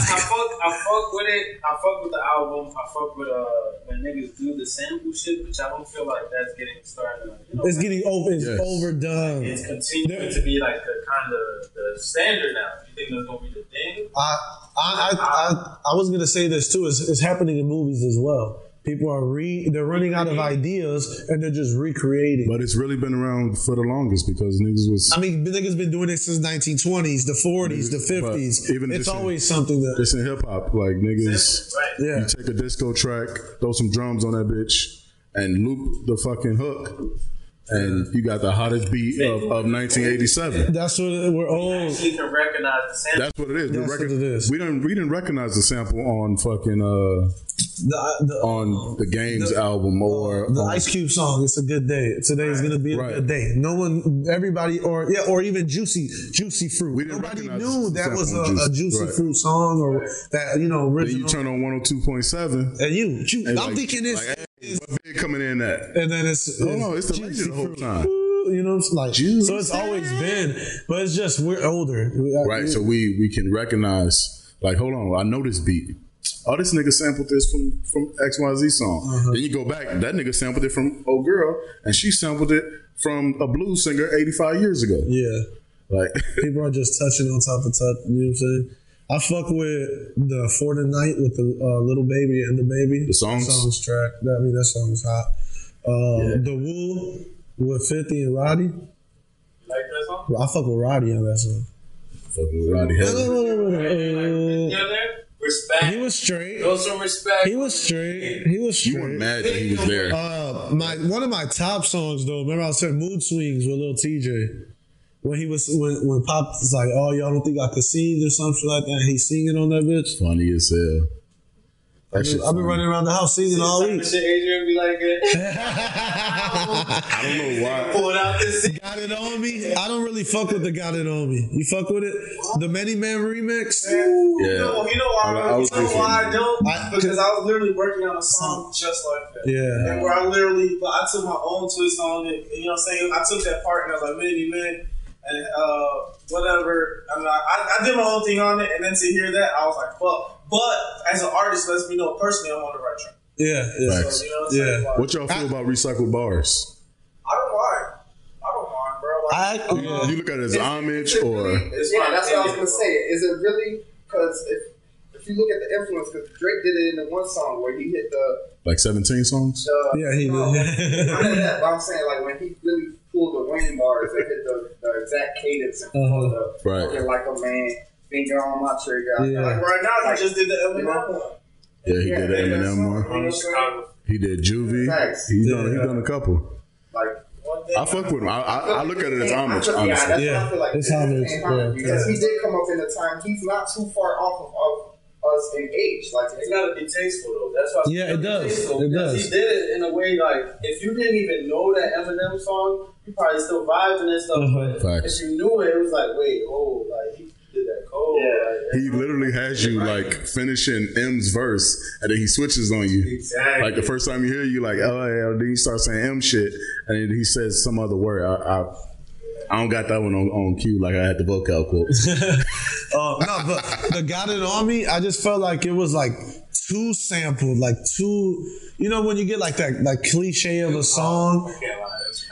S3: I, I fuck, I fuck with it. I fuck with the album. I fuck with uh, when niggas do the sample shit, which I don't feel like that's getting started. You know,
S2: It's getting over. It's
S1: Yes.
S2: overdone.
S3: it's continuing to be like the kind of the standard now. You think that's gonna be the thing?
S2: I, I, I, I, I was gonna say this too. It's, it's happening in movies as well. People are re, they're running out of ideas and they're just recreating.
S1: But it's really been around for the longest because niggas was
S2: I mean, niggas been doing it since 1920s, the 40s, the
S1: But
S2: 50s.
S1: even
S2: it's
S1: this-
S2: always something that
S1: this in hip hop. Like niggas,
S3: Right.
S2: yeah.
S1: you take a disco track, throw some drums on that bitch, and loop the fucking hook, and you got the hottest beat of, of 1987.
S2: That's what it- we're old.
S3: Actually, can recognize the sample.
S1: That's what it is.
S2: That's
S1: we
S2: what it is.
S1: We didn't we didn't recognize the sample on fucking uh
S2: The, the,
S1: on the games album or
S2: the
S1: on-
S2: Ice Cube song. It's a good day. Today's gonna be a
S1: Right.
S2: good day. No one, everybody, or yeah, or even Juicy, Juicy Fruit.
S1: We didn't
S2: Nobody
S1: recognize
S2: knew
S1: the
S2: that was a,
S1: sample
S2: a
S1: on Juicy.
S2: Juicy
S1: Right.
S2: Fruit song or that you know
S1: Then you
S2: original.
S1: turn on 102.7.
S2: and you, Ju-
S1: and
S2: I'm
S1: like-
S2: thinking this.
S1: like, hey, what big coming in at?
S2: and then it's
S1: No, no, it's the legend the whole
S2: fruit.
S1: time.
S2: You know, it's like
S1: Juicy.
S2: so it's always been, but it's just we're older, We- I-
S1: Right. So we we can recognize like, hold on, I know this beat. Oh, this nigga sampled this from from X Y Z song.
S2: Uh-huh.
S1: Then you go back, that nigga sampled it from Oh Girl, and she sampled it from a blues singer eighty five years ago.
S2: yeah.
S1: Like,
S2: People are just touching on top of top. You know what I'm saying? I fuck with the For the Night with the uh, little baby and the baby. The
S1: songs?
S2: songs track. That, I mean, that song's hot. Um, The Wool with 50 and Roddy.
S3: Like that song?
S2: I fuck with Roddy on that song.
S1: fucking Roddy Hell.
S3: You know that? Respect.
S2: He was straight.
S3: Show some respect.
S2: He was straight. He was straight.
S1: You were mad that he was there.
S2: Uh, my one of my top songs though. Remember I said "Mood Swings" with Lil TJ. When he was when when Pop was like, "Oh, y'all don't think I could sing" or something like that. He's singing on that bitch.
S1: Funny as hell. That shit
S2: I've been
S1: funny.
S2: running around the house singing all
S3: Type
S2: week.
S3: of shit Adrian be like, eh,
S1: I don't know why.
S3: pulled out this seat.
S2: Got it on me. I don't really fuck with the "Got It on Me." You fuck with it? The Many Man remix.
S4: Ooh,
S1: Yeah.
S4: You know, you know why,
S1: I-
S4: I,
S1: I
S4: you
S1: was
S4: know
S1: thinking-
S4: why I don't?
S2: I-
S4: because I was literally working on a song just like that.
S2: Yeah.
S4: And where I literally, but I took my own twist on it. You know what I'm saying? I took that part and I was like, many men and uh, whatever. I mean, I, I did my own thing on it. And then to hear that, I was like, fuck. But as an artist, lets me know personally I'm on the right track.
S2: Yeah, yeah.
S1: Facts.
S4: So, you know what I'm saying?
S2: Yeah.
S4: Like,
S1: What y'all feel about recycled bars?
S4: I don't mind. I don't mind, bro.
S2: I, uh,
S4: Like,
S5: Uh,
S2: yeah.
S1: You look at it as homage or
S4: it's
S5: yeah,
S4: my
S5: that's what I was
S4: opinion.
S5: gonna say. Is it really? Because if if you look at the influence, because Drake did it in the one song where he hit the
S1: like 17 songs?
S5: the
S2: Yeah, he
S5: no,
S2: did.
S5: I know that, but I'm saying like when he really pulled the wing bars, it hit the, the exact cadence and
S2: Uh-huh.
S5: the
S1: Right.
S5: fucking like a man finger on my trigger.
S2: Yeah.
S5: Like
S4: Right now, they just did the
S5: you
S4: Eminem
S5: know,
S4: one.
S1: Yeah, he
S5: yeah,
S1: did
S5: yeah,
S1: an Eminem
S5: that's
S1: one.
S5: what I'm saying.
S1: He did Juvie.
S5: Facts.
S1: He done, he
S2: Yeah.
S1: done a couple.
S5: Like one thing.
S1: I fuck with him. I, I, I look at it as homage,
S5: Yeah, that's
S1: honestly.
S5: what I feel like.
S2: Yeah, it's homage,
S5: And
S2: yeah.
S5: Because he did come up in a time he's not too far off of, of us in age. Like
S3: It's gotta be tasteful though. That's why.
S2: Yeah, it
S3: it's gotta be
S2: does.
S3: tasteful,
S2: It
S3: because
S2: does.
S3: He did it in a way like if you didn't even know that Eminem song, you probably still vibing and stuff.
S2: Uh-huh.
S3: But
S1: Facts.
S3: if you knew it, it was like, wait, oh, like he did that cold. Yeah.
S1: He literally has you like finishing M's verse, and then he switches on you.
S3: Exactly.
S1: Like the first time you hear, you like, oh yeah, and then you start saying M shit, and then he says some other word. I, I, I don't got that one on, on cue. Like I had the vocal quote.
S2: Uh, no, but the Got It On Me, I just felt like it was like too sampled, like too. You know when you get like that, like cliche of a song,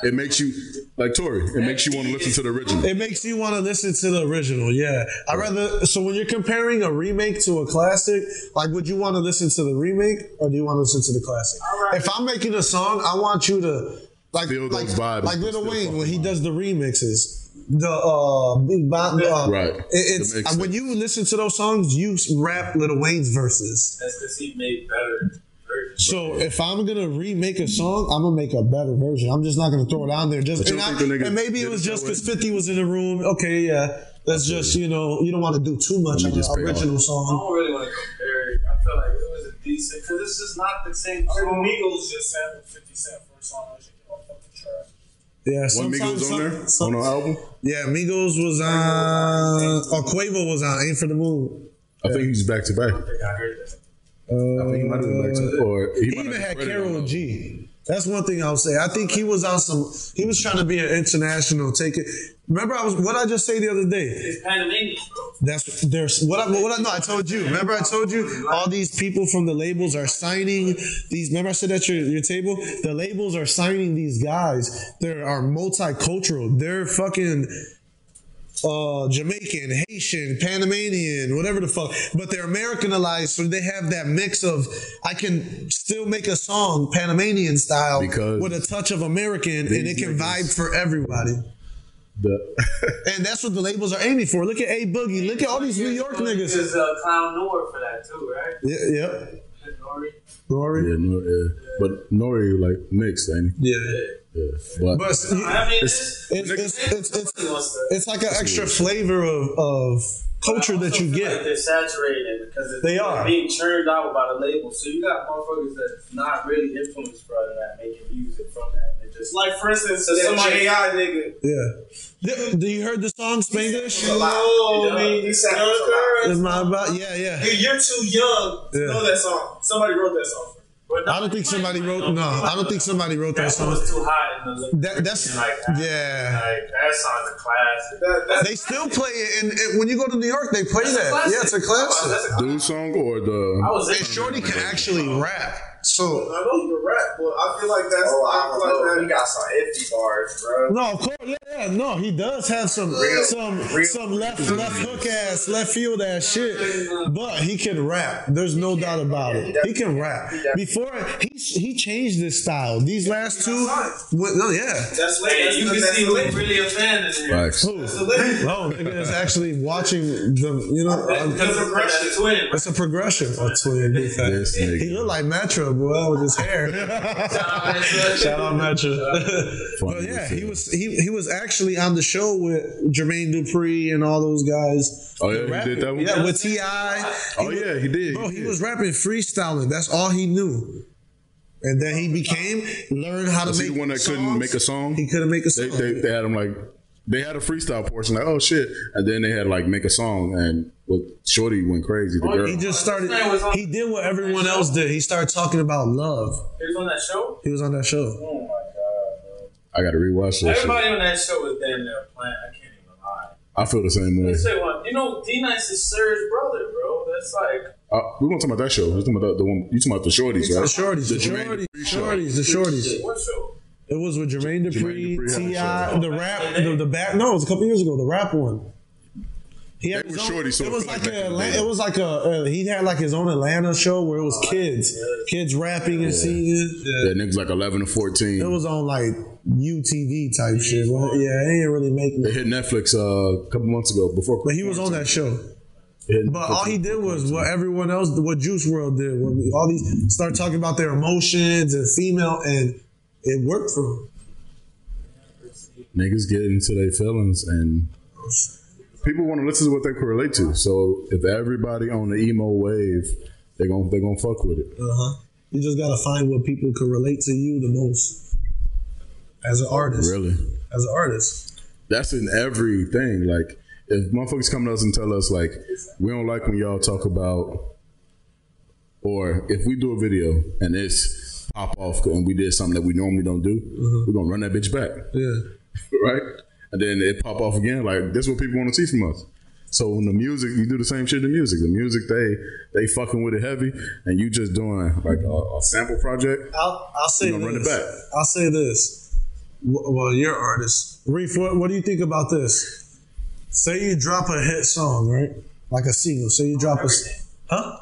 S1: It makes you like Tori. It makes you want to listen to the original.
S2: it makes you want to listen to the original. Yeah, I rather. So when you're comparing a remake to a classic, like would you want to listen to the remake or do you want to listen to the classic? If I'm making a song, I want you to like
S1: Feel
S2: like
S1: those vibes.
S2: like Little
S1: Feel
S2: Wayne
S1: those
S2: when he does the remixes. The uh, big bop, uh,
S1: Right.
S2: it- it's uh,
S1: The mixtape.
S2: when you listen to those songs, you rap Little Wayne's verses.
S3: That's because he made better versions.
S2: So if I'm gonna remake a song, I'm gonna make a better version. I'm just not gonna throw it out there. Just
S1: But you
S2: and,
S1: don't
S2: I-
S1: think the nigga
S2: and maybe
S1: did
S2: it was
S1: it
S2: just
S1: that way?
S2: because Fifty was in the room. Okay, yeah, that's just you know you don't want to do too much
S1: Let me
S2: on
S1: just
S2: the
S1: pay
S2: original
S1: off.
S3: I
S2: song.
S3: don't really want to compare it. I feel like it was a decent because it's just not the same.
S4: I mean,
S3: song.
S4: Migos just sampled 50 Cent for a song. I was like, oh, fucking trash.
S2: Yeah,
S1: One
S2: sometimes
S1: Migos on
S2: some-
S1: there
S2: some-
S1: on the album.
S2: Yeah, Migos was on. uh, Or Quavo was on. Ain't for the moon.
S1: I think he's back to
S2: Uh,
S1: back.
S3: I heard that.
S1: I think he might have been back to or
S2: He
S1: he might
S2: even
S1: have
S2: had
S1: credited
S2: Carol
S1: him.
S2: G. That's one thing I'll say. I think he was on some. He was trying to be an international. Take it. Remember, I was what I just say the other day.
S3: It's Panamanian. bro.
S2: That's there's what I what I know. I told you. Remember, I told you all these people from the labels are signing these. Remember, I said at your, your table, the labels are signing these guys. They are multicultural. They're fucking uh, Jamaican, Haitian, Panamanian, whatever the fuck. But they're Americanized, so they have that mix of I can still make a song Panamanian style
S1: Because
S2: with a touch of American, and it can
S1: niggas-
S2: vibe for everybody.
S1: The-
S2: And that's what the labels are aiming for. Look at A Boogie. Look at all these New York niggas.
S3: There's uh, Clown Noir for that too, right?
S2: Yeah, yep.
S3: Nori.
S2: Rory.
S1: yeah, no, yeah. But Nori like mixed, ain't he?
S2: Yeah.
S1: Yeah.
S2: But
S1: But
S2: it's,
S3: I mean, it's,
S2: it's, it's, it's, it's,
S3: he wants to-
S2: it's like an extra flavor of, of culture
S3: I also
S2: that you
S3: feel Like
S2: get.
S3: they're saturated because it's
S2: They are.
S3: being churned out by the label. So you got motherfuckers that's not really influenced by that making music from that. They just
S4: Like, for instance,
S3: So they'll
S4: some
S3: change-
S4: AI nigga.
S2: Yeah. Th- Do you heard the song Spanglish?
S4: Hello,
S1: Oh,
S3: Yeah.
S4: me, you sound good.
S2: It's my about. Yeah, yeah.
S4: Hey, You're too young to
S2: Yeah.
S4: know that song. Somebody wrote that song.
S3: But
S2: I don't think somebody wrote. No, I don't think somebody wrote that
S3: that song
S2: song.
S3: was too hot in the look.
S2: That- that's-
S3: like,
S2: yeah.
S3: Like, that song's a classic.
S4: That, that's
S2: They still play it, and, and when you go to New York, they play
S3: That's a
S2: that.
S3: classic.
S2: Yeah, it's a
S3: That's
S2: classic.
S3: a classic.
S1: dude song or
S3: I
S1: the
S3: was in
S2: And Shorty can actually rap. So
S4: I know you can rap, Well, I feel like that's.
S5: Oh,
S4: I
S5: I
S4: feel like
S5: don't know.
S4: that.
S5: He got some empty bars, bro.
S2: No, of course, yeah, yeah, no, he does have some
S5: Real-
S2: some
S5: real-
S2: some left left hook ass, left field ass shit, but he can rap. There's no doubt about it. He can rap. Before he he changed his style. These last two, well, no, yeah.
S4: That's
S3: Hey,
S4: lit. That's
S3: you
S4: the
S3: can
S4: that's
S3: see
S4: the
S3: Lick
S4: lit.
S3: really a fan in here.
S1: Facts.
S2: Who?
S4: That's the lit.
S2: No, nigga is actually watching the you know. um,
S3: Because of that twin.
S2: it's a progression. That's what it is.
S1: This
S2: He
S1: nigga.
S2: looked like Metro, boy, with his hair. Shout out Metro. but Oh, yeah, he was he, he was actually on the show with Jermaine Dupri and all those guys.
S1: Oh, yeah, he did that one?
S2: Yeah, with Ti. Oh
S1: Oh, yeah, he did.
S2: bro, he
S1: did.
S2: was rapping freestyling. That's all he knew. And then he became learned how to
S1: Was he
S2: make
S1: the one that couldn't
S2: songs.
S1: make a song?
S2: He couldn't make a
S1: They,
S2: song.
S1: they, they had him like they had a freestyle portion like oh shit, and then they had like make a song and with Shorty went crazy. The girl.
S2: Oh, he just started.
S3: This man was on-
S2: He did what everyone else did. He started talking about love.
S3: He was on that show?
S2: He was on that show.
S3: Oh my god, bro.
S1: I got to rewatch this. Shit.
S3: Everybody on that show was damn near playing. I can't even lie.
S1: I feel the same way.
S3: Let's say one. You know, D Nice is Serge's brother, bro. That's like
S1: Uh, we weren't talking about that show. We were talking about the one you talking about the shorties,
S2: The
S1: right?
S2: shorties, the, shorties, the shorties, the shorties.
S3: what show?
S2: It was with Jermaine Dupri,
S1: Jermaine Dupri had
S2: Ti,
S1: a show.
S2: the rap, the, the back. No, it was a couple years ago. The rap one. He
S1: They were shorty, so
S2: it
S1: it
S2: was
S1: felt
S2: like
S1: like back
S2: a,
S1: in the
S2: Atla-
S1: day.
S2: it was like a. Uh, he had like his own Atlanta show where it was kids, kids rapping and singing.
S1: That niggas like eleven or fourteen.
S2: It was on like UTV type shit. Well, yeah, it ain't really making.
S1: They
S2: It.
S1: hit Netflix uh, a couple months ago before.
S2: But he was on that show.
S1: Hit
S2: But
S1: Netflix
S2: all he did
S1: before
S2: was
S1: quarantine.
S2: what everyone else, what Juice World did. What we- all these start talking about their emotions and female, and it worked for him.
S1: niggas get into their feelings and people want to listen to what they can relate to. So if everybody on the emo wave, they gon' they gonna fuck with it.
S2: Uh-huh. You just gotta find what people can relate to you the most as an artist.
S1: Really,
S2: As an artist.
S1: that's in everything. Like if motherfuckers come to us and tell us like we don't like when y'all talk about, or if we do a video and it's pop off and we did something that we normally don't do, we're gonna run that bitch back.
S2: Yeah.
S1: right? And then it pop off again. Like this is what people want to see from us. So when the music, you do the same shit. in The music, the music, they they fucking with it heavy, and you just doing like a, a sample project.
S2: I'll, I'll say
S1: You gonna
S2: this.
S1: run it back.
S2: I'll say this. W- Well, you're an artist. Reef, what, what do you think about this? Say you drop a hit song, right? Like a single. Say you drop a. s- Huh?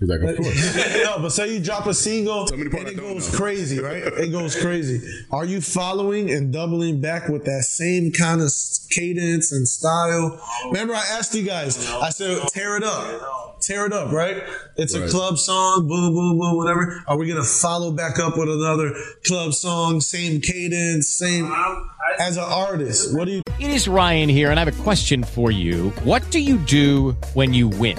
S1: He's like, of course.
S2: no, but say you drop a single
S1: Tell me the part
S2: and it
S1: I don't
S2: goes
S1: know.
S2: crazy, right? It goes crazy. Are you following and doubling back with that same kind of cadence and style? Remember, I asked you guys. I said, tear it up, tear it up, right? It's a
S1: Right.
S2: club song, boom, boom, boom, whatever. Are we gonna follow back up with another club song, same cadence, same? As an artist, what do you?
S6: It is Ryan here, and I have a question for you. What do you do when you win?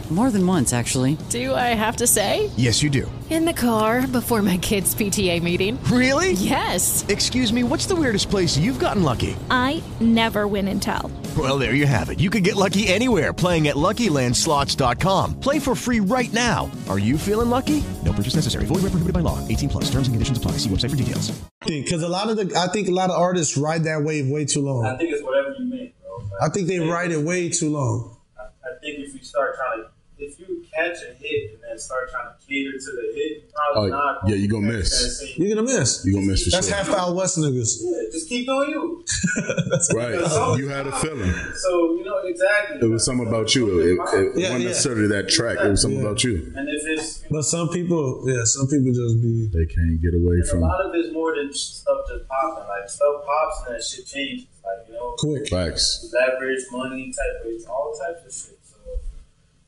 S7: More than once, actually.
S8: Do I have to say?
S9: Yes, you do.
S8: In the car before my kids' PTA meeting.
S9: Really?
S8: Yes.
S9: Excuse me, what's the weirdest place you've gotten lucky?
S8: I never win and tell.
S9: Well, there you have it. You can get lucky anywhere playing at LuckyLandSlots.com. Play for free right now. Are you feeling lucky? No purchase necessary. Void where prohibited by law. 18 plus. Terms and conditions apply. See website for details.
S2: Because a lot of the, I think a lot of artists ride that wave way too
S3: I
S2: long.
S3: think it's whatever you make, bro.
S2: I think they ride it way too long.
S3: I I think if you start trying to, if you catch a hit and then start trying to cater to the hit, you're probably
S1: Oh,
S3: not.
S1: yeah, you gonna
S3: catch
S1: miss.
S3: that same-
S2: You're gonna miss.
S1: You gonna miss for
S2: That's
S1: sure.
S2: half the out west niggas.
S3: Yeah, just keep doing you.
S1: right. You had a feeling.
S3: So you know exactly.
S1: It was something about you. It,
S2: Yeah,
S1: it wasn't
S2: yeah.
S1: necessarily that track. It was something about you.
S3: And if it's
S2: But some people, yeah, some people just be.
S1: They can't get away
S3: a
S1: from
S3: lot of it's more than stuff just popping. Like stuff pops and that shit changes. Like you know,
S2: Quick.
S1: facts.
S3: leverage, money, type of all types of shit. So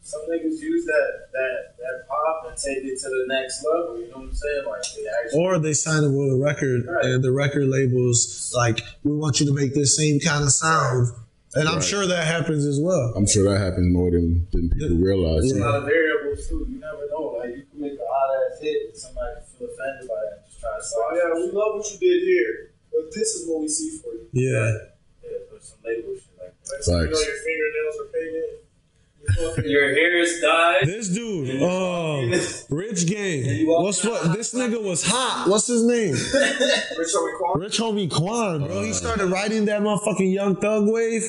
S3: some niggas use that that that pop and take it to the next level. You know what I'm saying? Like they actually.
S2: Or they sign it with a record, and the record labels like, "We want you to make this same kind of sound." And I'm sure that happens as well.
S1: I'm sure that happens more than, than people realize.
S3: It's a lot
S1: Yeah.
S3: of variables too. You never know. Like you can make a hot ass hit and somebody can feel offended by that. Just try to
S4: Oh,
S3: stop.
S4: yeah, we love what you did here, but this is what we see for you.
S3: Yeah, put some label shit like that.
S4: Like, You know, your fingernails are painted.
S3: Your hair is dyed.
S2: This dude, um, Rich Game. What's what? This nigga was hot. What's his name?
S4: Rich homie Quan.
S2: Rich homie Quan, bro. He started writing that motherfucking Young Thug wave.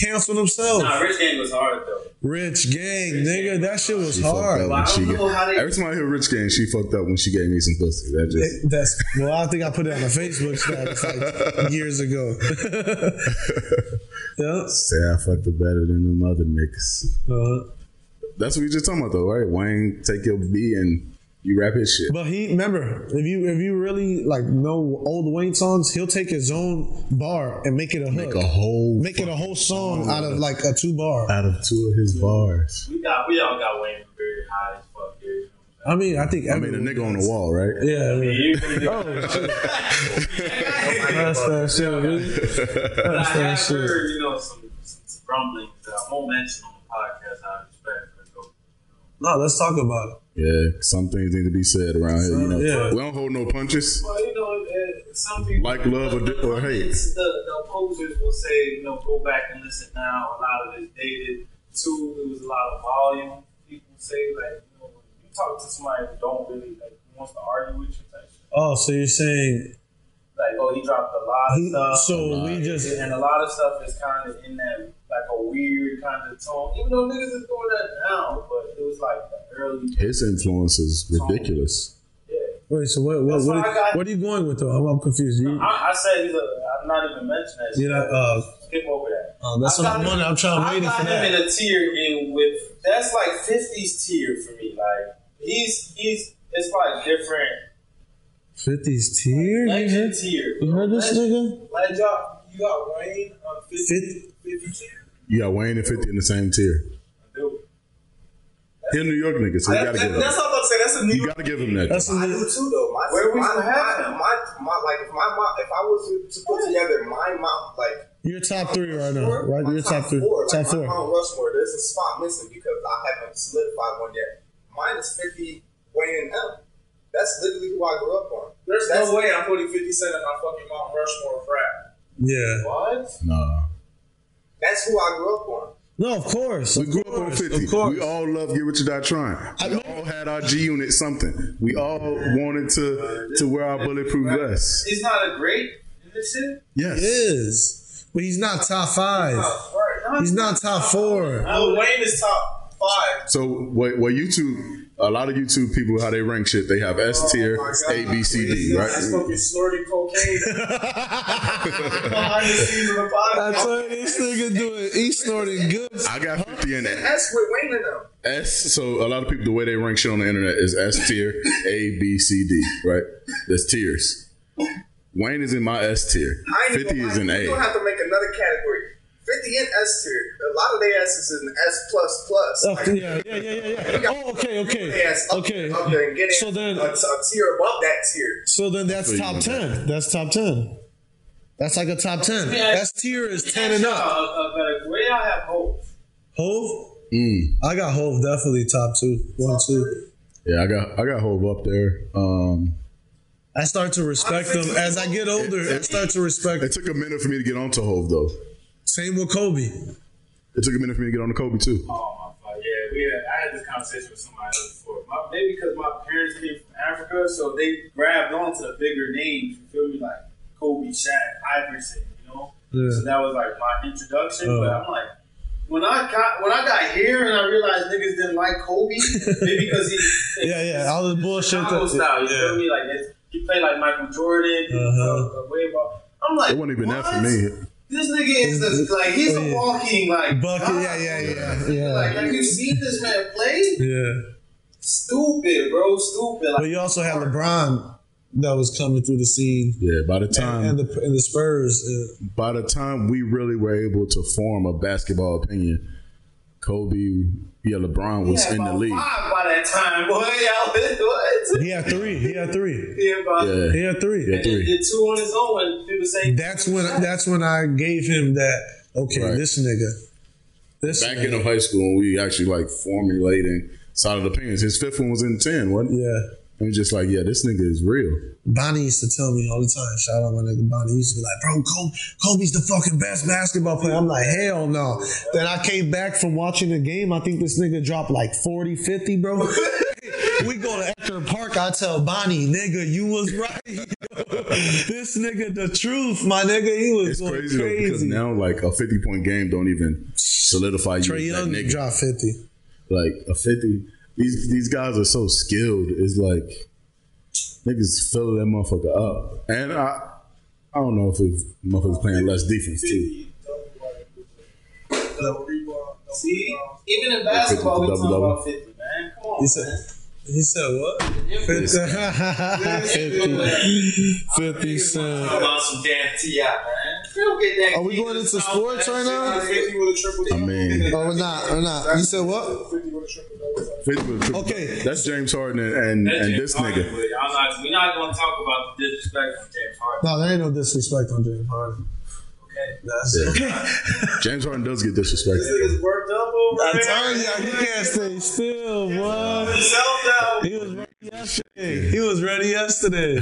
S2: Canceled himself.
S3: Nah, Rich Gang was hard though.
S2: Rich Gang, nigga. That shit was
S1: She fucked
S2: hard.
S1: up when she get- every time I hear Rich Gang, she fucked up when she gave me some pussy. That just
S2: That's well. I think I put it on a Facebook status like years ago. yeah.
S1: say I fucked her better than them other niggas.
S2: Uh,
S1: That's what we just talking about though, right? Wayne, take your B and you rap his shit.
S2: but he remember if you if you really like know old Wayne songs, he'll take his own bar and make it a hook.
S1: Make a whole
S2: Make it a whole song out of like a two bar.
S1: out of two of his bars.
S3: We got we all got Wayne very high as fuck here.
S2: I mean, I think
S1: I mean, a nigga on the wall, right?
S2: Yeah,
S3: Yeah,
S2: yeah.
S3: you really do.
S2: that's that shit. man.
S3: But I
S2: That's that
S3: have
S2: shit.
S3: heard, you know, some, some, some rumblings that I won't mention on the podcast out of respect for the goat.
S2: No, let's talk about it.
S1: Yeah, some things need to be said around here. You know,
S2: Yeah.
S1: we don't hold no punches.
S3: Well, you know, it- it- some people
S1: Like love or di- or hate.
S3: It's The, the opposers will say, you know, go back and listen now. A lot of it's dated. Two, it was a lot of volume. People say like, you know, when you talk to somebody who don't really like who wants to argue with you, type shit.
S2: Oh, so you're saying
S3: Like, oh, he dropped a lot of
S2: He-
S3: stuff.
S2: Mm, so we just-
S3: and a lot of stuff is kind of in that like a weird kind of tone. Even though niggas is doing that now, but it was like the early.
S1: His influence is ridiculous.
S2: wait? So what? What,
S3: That's
S2: what,
S3: what I
S2: are,
S3: got.
S2: what are you going with though? I'm, I'm confused. You,
S3: I, I said he's a. I'm not even mentioning that.
S2: you know, uh,
S3: skip over that.
S2: Oh, that's
S3: I
S2: what
S3: got
S2: I'm
S3: him-
S2: wondering. I'm trying- I'm
S3: I
S2: waiting
S3: got
S2: for
S3: him
S2: that.
S3: in a tier in with that's like fifties tier for me. Like he's he's it's like different
S2: 50s tier. You
S3: legend
S2: heard,
S3: tier.
S2: you heard this nigga?
S3: Like y'all, you got Wayne on 50,
S2: Fifty-
S3: 50 tier.
S1: You got Wayne and Fifty in the same tier.
S3: Dude,
S1: He's a New York nigga, so you gotta give him.
S5: that's
S1: That.
S5: all I'm saying. That's a New
S1: You
S5: York.
S1: gotta give him that.
S2: That's a
S5: I
S2: little-
S5: do too, though. My,
S3: Where we
S5: my,
S3: gonna have
S5: my,
S3: him?
S5: my, my, like if my mom, if I was to put together my mom, like
S2: Your top three right now,
S5: four,
S2: right?
S5: my
S2: Your top three,
S5: four,
S2: top
S5: like My
S2: four.
S5: Mount Rushmore. There's a spot missing because I haven't solidified one yet. Mine is 50 Wayne and M. That's literally who I grew up on.
S4: There's
S5: That's-
S4: no way I'm putting 50 Cent in my fucking Mount Rushmore rap.
S2: Yeah.
S3: what?
S1: Nah.
S5: That's who I grew up on.
S2: No, of course.
S1: We
S2: of
S1: grew up on
S2: course,
S1: 50.
S2: Of course.
S1: We all love Get Rich or Die Trying. We all had our G Unit something. We all wanted to to wear our bulletproof vests.
S3: He's not a great in this shit.
S2: He
S1: Yes.
S2: is. But he's not top five.
S3: Right?
S2: He's not top four.
S4: Lil Wayne is top five.
S1: So what what YouTube a lot of YouTube people how they rank shit, they have S tier,
S5: Oh
S1: A B C D,
S4: That's
S1: right?
S4: fucking snorting cocaine behind the scenes of the
S2: I
S4: podcast.
S2: told you, this nigga doing. He snorted good.
S1: I got 50 in it.
S5: That's with Wayne and them.
S1: S so a lot of people the way they rank shit on the internet is S tier, A B C D, right? That's tiers. Wayne is in my S tier.
S5: I ain't
S1: 50
S5: gonna
S1: is
S5: lie,
S1: in
S5: You don't
S1: A.
S5: have to make another category. 50 and S tier. A lot of their asses is an S plus plus.
S2: Oh,
S5: Like,
S2: yeah, yeah, yeah, yeah, yeah. Oh, okay,
S5: they
S2: okay,
S5: ass up, up there and
S2: okay.
S5: get
S2: So then,
S5: a, a tier above that tier.
S2: so then that's
S1: you
S2: top
S1: on
S2: ten. That's top ten. That's like a top ten.
S3: Yeah.
S2: That's tier is ten and up.
S3: Uh, uh, but where y'all have hope?
S2: Hove,
S1: Mm.
S2: I got Hove definitely top two, one two.
S1: Yeah, I got I got Hove up there. Um
S2: I start to respect them as I get older. I start to respect.
S1: It took a minute for me to get onto Hove though.
S2: Same with Kobe.
S1: It took a minute for me to get onto Kobe too.
S3: Oh my fuck! Yeah, we had, I had this conversation with somebody else before. My, maybe because my parents came from Africa, so they grabbed onto the bigger names. You feel me? Like Kobe, Shaq, Iverson. You know.
S2: Yeah.
S3: So that was like my introduction.
S2: Oh.
S3: But I'm like, when I got when I got here and I realized niggas didn't like Kobe, maybe because he
S2: Yeah, yeah, all the bullshit.
S3: Chicago
S2: that-
S3: style. You
S2: yeah.
S3: feel me? Like it's, he played like Michael Jordan. he was,
S2: Uh-huh.
S3: uh, way above. I'm like,
S1: It wasn't even that for
S3: what?
S1: me.
S3: This nigga is the, like he's
S2: Oh, yeah.
S3: a walking like
S2: Bucket,
S3: God.
S2: yeah, yeah, yeah,
S3: Like,
S2: yeah,
S3: have you seen this man play?
S2: yeah.
S3: Stupid, bro. Stupid.
S2: But you also had LeBron that was coming through the scene,
S1: Yeah, by the time
S2: and the and the Spurs. uh,
S1: by the time we really were able to form a basketball opinion, Kobe, yeah, LeBron was
S3: Yeah,
S1: in the
S3: about
S1: league.
S3: Five by that time, boy. Y'all been what?
S2: He had three. He had three.
S3: Yeah, about
S1: Yeah,
S2: He had three.
S1: yeah,
S3: He
S1: three.
S3: did two on his own and people say
S2: That's when that's when I gave him that Okay,
S1: Right.
S2: this nigga. This
S1: Back
S2: nigga.
S1: in high school, we actually like formulating solid opinions. His fifth one was in ten, wasn't it?
S2: Yeah.
S1: And was just like, yeah, this nigga is real.
S2: Bonnie used to tell me all the time, shout out my nigga Bonnie, he used to be like, bro, Kobe, Kobe's the fucking best basketball player. I'm like, hell no. Then I came back from watching the game. I think this nigga dropped like 40, 50, bro. we go to Ector Park. I tell Bonnie, nigga, you was right. this nigga, the truth, my nigga, he was
S1: It's
S2: going
S1: crazy,
S2: crazy.
S1: though, because now like a fifty point game don't even solidify you.
S2: Trey
S1: as that
S2: Young
S1: nigga.
S2: dropped 50.
S1: like a fifty. These these guys are so skilled. It's like niggas fill that motherfucker up. And I I don't know if it's motherfuckers playing less defense too.
S5: See, even in
S1: basketball,
S5: basketball,
S1: we
S5: we talking
S1: Double, talking double.
S5: about
S1: about
S5: fifty, man. Come
S2: He
S5: on,
S2: said, he said what? 50.
S5: This
S2: cent.
S5: about some damn Ti, man. We don't get that.
S2: Are we going into sports right now?
S5: Fifty with a triple
S1: I mean,
S2: Or Oh, not, or not. You said what?
S1: fifty was
S2: Okay.
S1: That's James Harden and and,
S3: That
S1: and
S3: James
S1: this
S3: Harden
S1: nigga.
S3: play, I'm not, we're not going to talk about the disrespect of James Harden.
S2: No, there ain't no disrespect on James Harden. That's
S1: James Harden does get disrespected.
S5: Niggas worked up over
S2: I
S5: there.
S2: told you, he can't stay still, boy.
S5: Self doubt.
S2: He was ready yesterday. He was ready yesterday.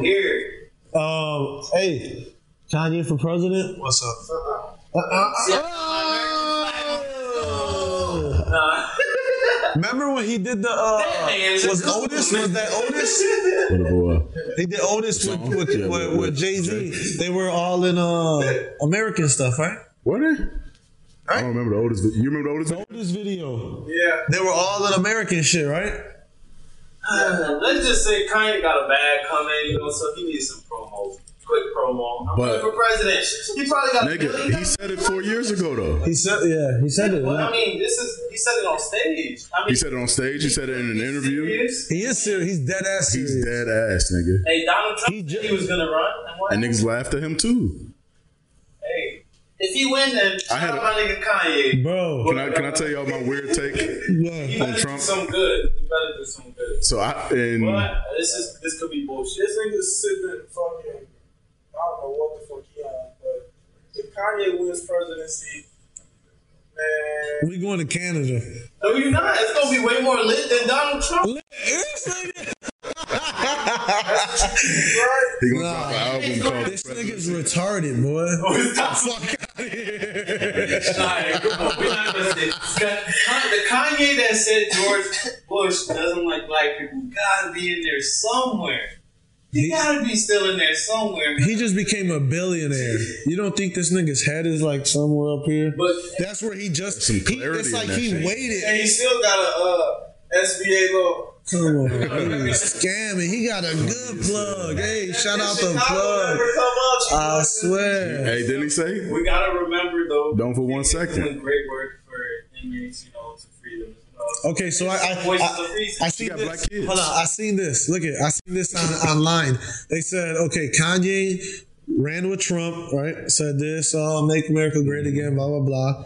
S5: Here,
S2: Um, hey, Kanye for president? What's up? Uh, uh, uh, Remember when he did the uh,
S5: man's
S2: was Otis was that Otis?
S1: Whatever.
S2: He did Otis with with,
S1: Yeah,
S2: with,
S1: with-
S2: with Jay Z. They were all in uh American stuff, right?
S1: What? I don't remember the oldest. vi- You remember the oldest? video?
S2: Otis video.
S5: yeah.
S2: They were all in American shit, right?
S3: uh, Let's just say Kanye got a bag coming, you know, so he needs some promos. Quick promo. I'm
S1: But-
S3: running for president. He probably got a million
S1: Nigga, he
S3: dollars.
S1: said it four years ago though.
S2: He said, yeah, he said it.
S3: Well,
S2: yeah.
S3: I mean, this is he said it on stage. I mean,
S1: He said it on stage. He said it in an
S3: he's
S1: interview.
S3: serious.
S2: He is serious. He's dead ass serious.
S1: He's dead ass, nigga.
S3: Hey, Donald Trump,
S2: He
S3: he,
S2: ju-
S3: was gonna run. And, what
S1: And
S3: happened?
S1: niggas laughed at him too.
S3: hey, if he win, then
S1: I had
S3: shout
S1: a-
S3: out my nigga Kanye.
S2: Bro.
S1: Can I can I tell y'all my weird take?
S3: you
S1: on
S3: better
S1: Trump.
S3: do some good. You better do some good.
S1: So I and
S3: But this is this could be bullshit.
S4: This nigga's sitting fucking. I don't know what the fuck he on, but if Kanye wins presidency, man.
S2: We going to Canada.
S3: No, you're not. It's gonna be way more lit than Donald Trump.
S1: he gonna drop an album called
S2: This nigga's retarded, boy.
S3: Alright, come on. We're not gonna say Con- the Kanye that said George Bush doesn't like black people gotta be in there somewhere. He gotta be still in there somewhere.
S2: He just became a billionaire. You don't think this nigga's head is like somewhere up here?
S3: But
S2: That's where he just.
S1: Some
S2: he-
S1: clarity
S2: it's
S1: in
S2: like
S1: that
S2: he
S1: shit.
S5: And
S2: waited.
S5: he still got a uh, SBA loan.
S2: Come on, he was scamming. He got a good plug. Hey, shout out Uh, the plug.
S5: Never come up.
S2: I swear.
S1: Hey, didn't he say?
S3: we gotta remember though.
S1: Don't for one
S3: he's
S1: second.
S3: Doing great work for inmates, you know, to freedom. You know.
S2: Okay, so I I,
S3: Voices of
S2: I,
S3: reason.
S2: I seen
S1: got
S2: this.
S1: black kids.
S2: Hold on, I seen this. Look at I seen this on, online. They said, okay, Kanye ran with Trump, right? Said this, uh, make America great again, blah blah blah.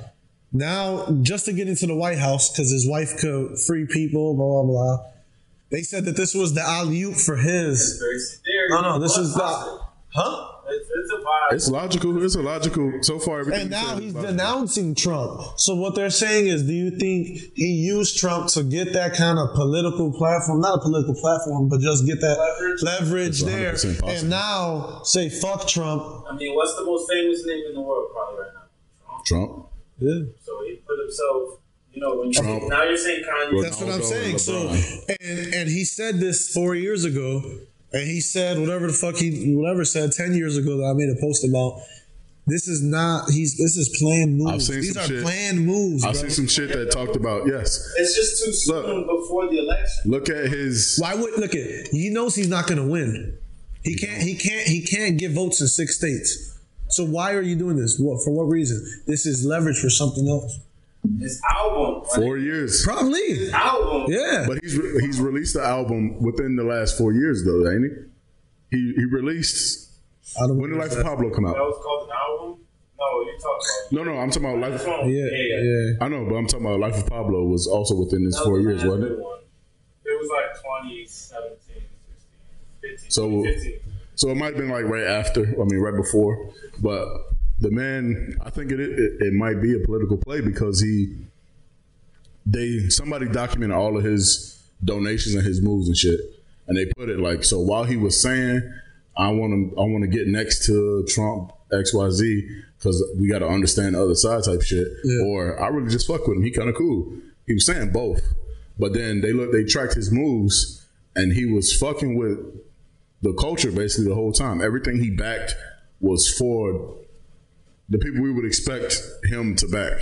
S2: Now, just to get into the White House, because his wife could free people, blah blah blah. They said that this was the alley oop for his. No, no, this is the huh.
S3: It's, it's a vibe.
S1: It's logical. It's a logical. So far, everything.
S2: And
S1: he
S2: now
S1: said is
S2: he's
S1: logical.
S2: denouncing Trump. So what they're saying is, do you think he used Trump to get that kind of political platform? Not a political platform, but just get that leverage, there.
S1: 100% possible.
S2: And now say fuck Trump.
S3: I mean, what's the most famous name in the world probably right now?
S1: Trump.
S2: Yeah.
S3: So he put himself, you know, when you
S1: Trump.
S3: now you're saying Kanye.
S2: That's what
S1: Ronaldo
S2: I'm saying.
S1: and
S2: So
S1: LeBron.
S2: and and he said this four years ago, and he said whatever the fuck he whatever said ten years ago that I made a post about. This is not. He's. This is planned moves.
S1: I've seen
S2: These
S1: some
S2: are
S1: shit.
S2: planned moves.
S1: I've
S2: bro.
S1: seen some shit that talked about yes.
S3: It's just too soon before the election.
S1: Look at his.
S2: Why would look at? He knows he's not going to win. He can't. He can't. He can't get votes in six states. So why are you doing this? What for? What reason? This is leverage for something else.
S3: His album, right?
S1: Four years.
S2: Probably.
S3: album.
S2: Yeah.
S1: But he's re- he's released the album within the last four years though, ain't he? He he released.
S2: I don't
S1: When did Life of Pablo come out?
S3: That was called an album. No, you talk about.
S1: No, no, I'm talking about Life.
S3: Trump.
S2: Yeah. Yeah.
S1: I know, but I'm talking about Life of Pablo was also within his four years, wasn't it?
S3: It was like 2017, 16, 15,
S1: So-
S3: 15.
S1: So it might have been like right after, I mean, right before, but the man, I think it, it it might be a political play because he they somebody documented all of his donations and his moves and shit, and they put it like so. While he was saying, "I want to, I want to get next to Trump X Y Z because we got to understand the other side," type shit, or I really just fuck with him. He kind of cool. He was saying both, but then they look, they tracked his moves, and he was fucking with the culture basically the whole time. Everything he backed was for the people we would expect him to back.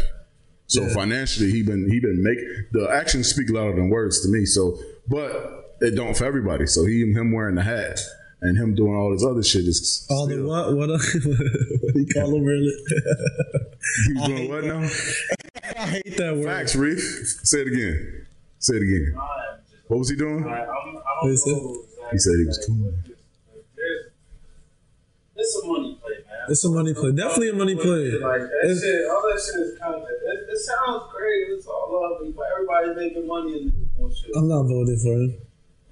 S1: So
S10: Yeah.
S1: financially, he been he been make the actions speak louder than words to me. So, but it don't for everybody. So he him wearing the hat and him doing all this other shit is
S2: All the what? What, what do you call them really?
S1: he was doing what now?
S2: I hate that word.
S1: Facts, Reef. Say it again. Say it again. What was he doing?
S3: He
S1: said he was cool.
S3: It's a money play, man.
S2: It's a money play. Definitely a money play.
S3: Like that
S2: It's-
S3: shit, all that shit is content. It, it sounds great. It's all lovely, but everybody's making money in this bullshit.
S2: I'm not voting for him.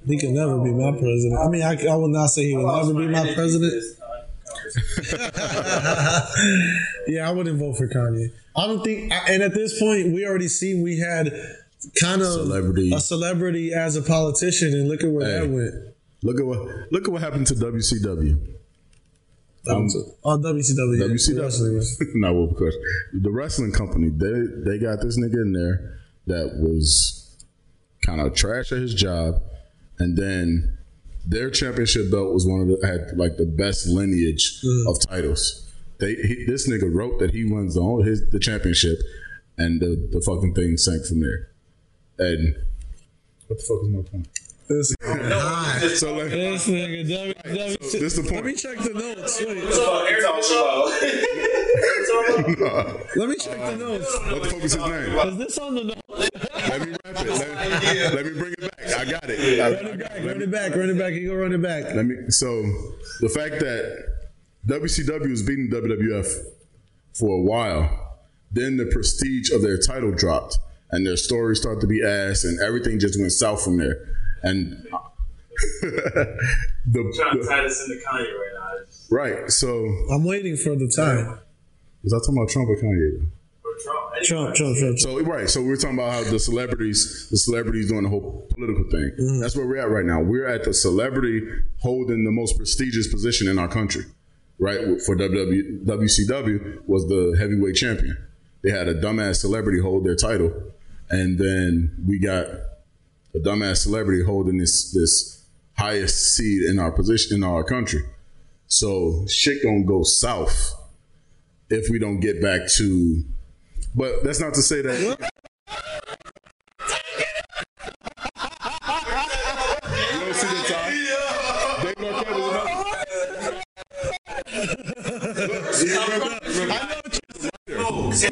S2: He can never be my president. I mean, I, I will not say he will never be my president. yeah, I wouldn't vote for Kanye. I don't think. I- And at this point, we already see we had kind of
S1: Celebrity.
S2: a celebrity as a politician, and look at where that went.
S1: Look at what look at what happened to WCW. Um,
S2: Oh, WCW.
S1: WCW. no, well, of course. The wrestling company, they they got this nigga in there that was kind of trash at his job, and then their championship belt was one of the had like the best lineage of titles. They he, this nigga wrote that he wins the whole- his the championship, and the, the fucking thing sank from there. And what the fuck is my point?
S2: This
S1: so like,
S2: this nigga WCW.
S1: this the point.
S2: Let me check the notes. Wait.
S1: Let
S2: me check the notes.
S1: What the fuck is his name?
S2: Is this on the notes?
S1: Let me wrap it. Let, let me bring it back. I got it. I- I got it.
S2: Run it back. Run it back. You go run it back.
S1: Let me. So the fact that WCW was beating WWF for a while, then the prestige of their title dropped, and their stories started to be ass, and everything just went south from there. And the,
S3: I'm trying to tie
S1: the-
S3: this into Kanye right now.
S1: right. So
S2: I'm waiting for the time.
S1: Was I talking about Trump or Kanye?
S2: Trump, Trump, Trump.
S1: So right, so we we're talking about how the celebrities, the celebrities doing the whole political thing. That's where we're at right now. We're at the celebrity holding the most prestigious position in our country, right? For WW, WCW was the heavyweight champion. They had a dumbass celebrity hold their title, and then we got a dumbass celebrity holding this this highest seed in our position in our country. So shit gonna go south if we don't get back to. But that's not to say that.
S11: he
S1: was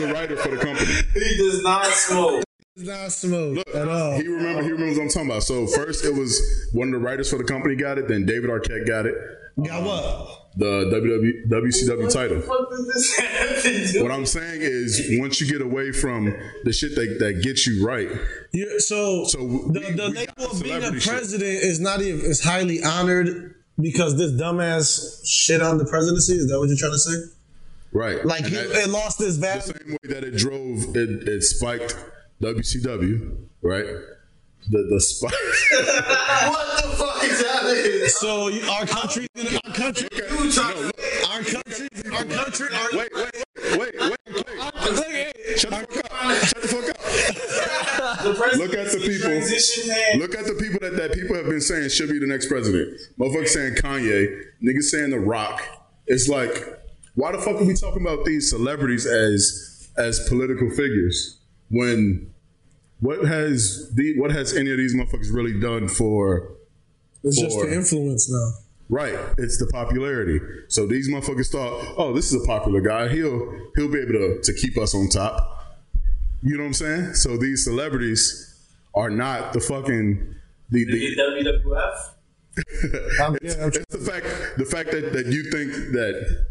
S1: a writer for the company.
S3: He does not smoke.
S2: He does not smoke at all.
S1: He remember. He remembers what I'm talking about. So first, it was one of the writers for the company got it. Then David Arquette got it.
S2: Got what?
S1: The WW, WCW title.
S3: What does this have to do?
S1: What I'm saying is, once you get away from the shit that, that gets you right,
S2: you so
S1: so
S2: The, the label of being a president is not even is highly honored because this dumbass shit on the presidency. Is that what you're trying to say?
S1: right?
S2: Like
S1: And
S2: he,
S1: that-
S2: it lost this
S1: the
S2: value.
S1: same way that it drove, it, it spiked WCW, right? The the spike.
S5: what the fuck is happening?
S2: So you, our country, our country, our country, our country, our
S1: wait, wait, wait, wait,
S2: wait.
S1: Shut the fuck up. Shut the fuck
S3: up.
S1: Look at the people. Look at the people that, that people have been saying should be the next president. Motherfuckers saying Kanye. Niggas saying The Rock. It's like, why the fuck are we talking about these celebrities as as political figures when what has the what has any of these motherfuckers really done for
S2: It's just
S1: for-
S2: the influence now.
S1: Right, it's the popularity. So these motherfuckers thought, oh, this is a popular guy. He'll he'll be able to to keep us on top. You know what I'm saying? So these celebrities are not the fucking the, E the
S3: WWF?
S1: it's, it's the fact the fact that, that you think that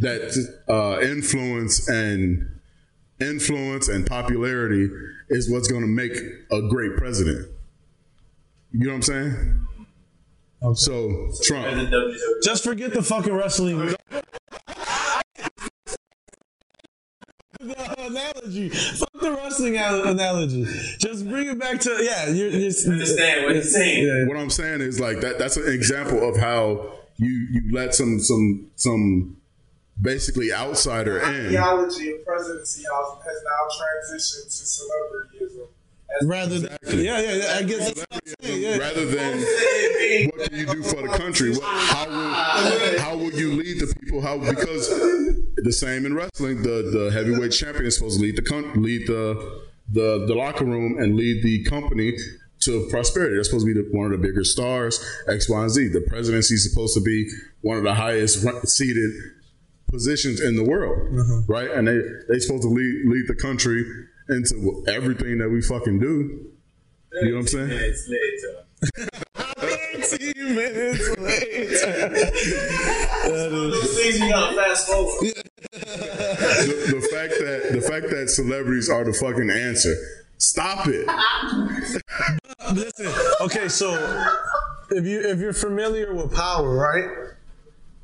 S1: that uh, influence and influence and popularity is what's going to make a great president. You know what I'm saying? So Trump.
S2: E. Just forget the fucking wrestling. the analogy. Fuck the wrestling al- analogy. Just bring it back to yeah. You're, you're
S3: Understand what he's saying.
S1: What I'm saying is like that. That's an example of how you you let some some some basically outsider in.
S4: Ideology of presidency has has now transitioned to celebrityism.
S2: Rather than yeah, yeah, yeah. I guess that's what I'm saying. Yeah.
S1: Rather than what can you do for the country? What, how will how will you lead the people? How because the same in wrestling, the the heavyweight champion is supposed to lead the con- lead the the the locker room and lead the company to prosperity. They're supposed to be the, one of the bigger stars, X, Y, and Z. The presidency is supposed to be one of the highest ra- seated positions in the world,
S2: Mm-hmm.
S1: right? And they they supposed to lead lead the country into everything that we fucking do. You know what I'm saying?
S3: Minutes later.
S2: 18 minutes later.
S4: Those things you gotta fast forward.
S1: the, the fact that the fact that celebrities are the fucking answer. Stop it.
S2: Listen, okay, so if you if you're familiar with power, right?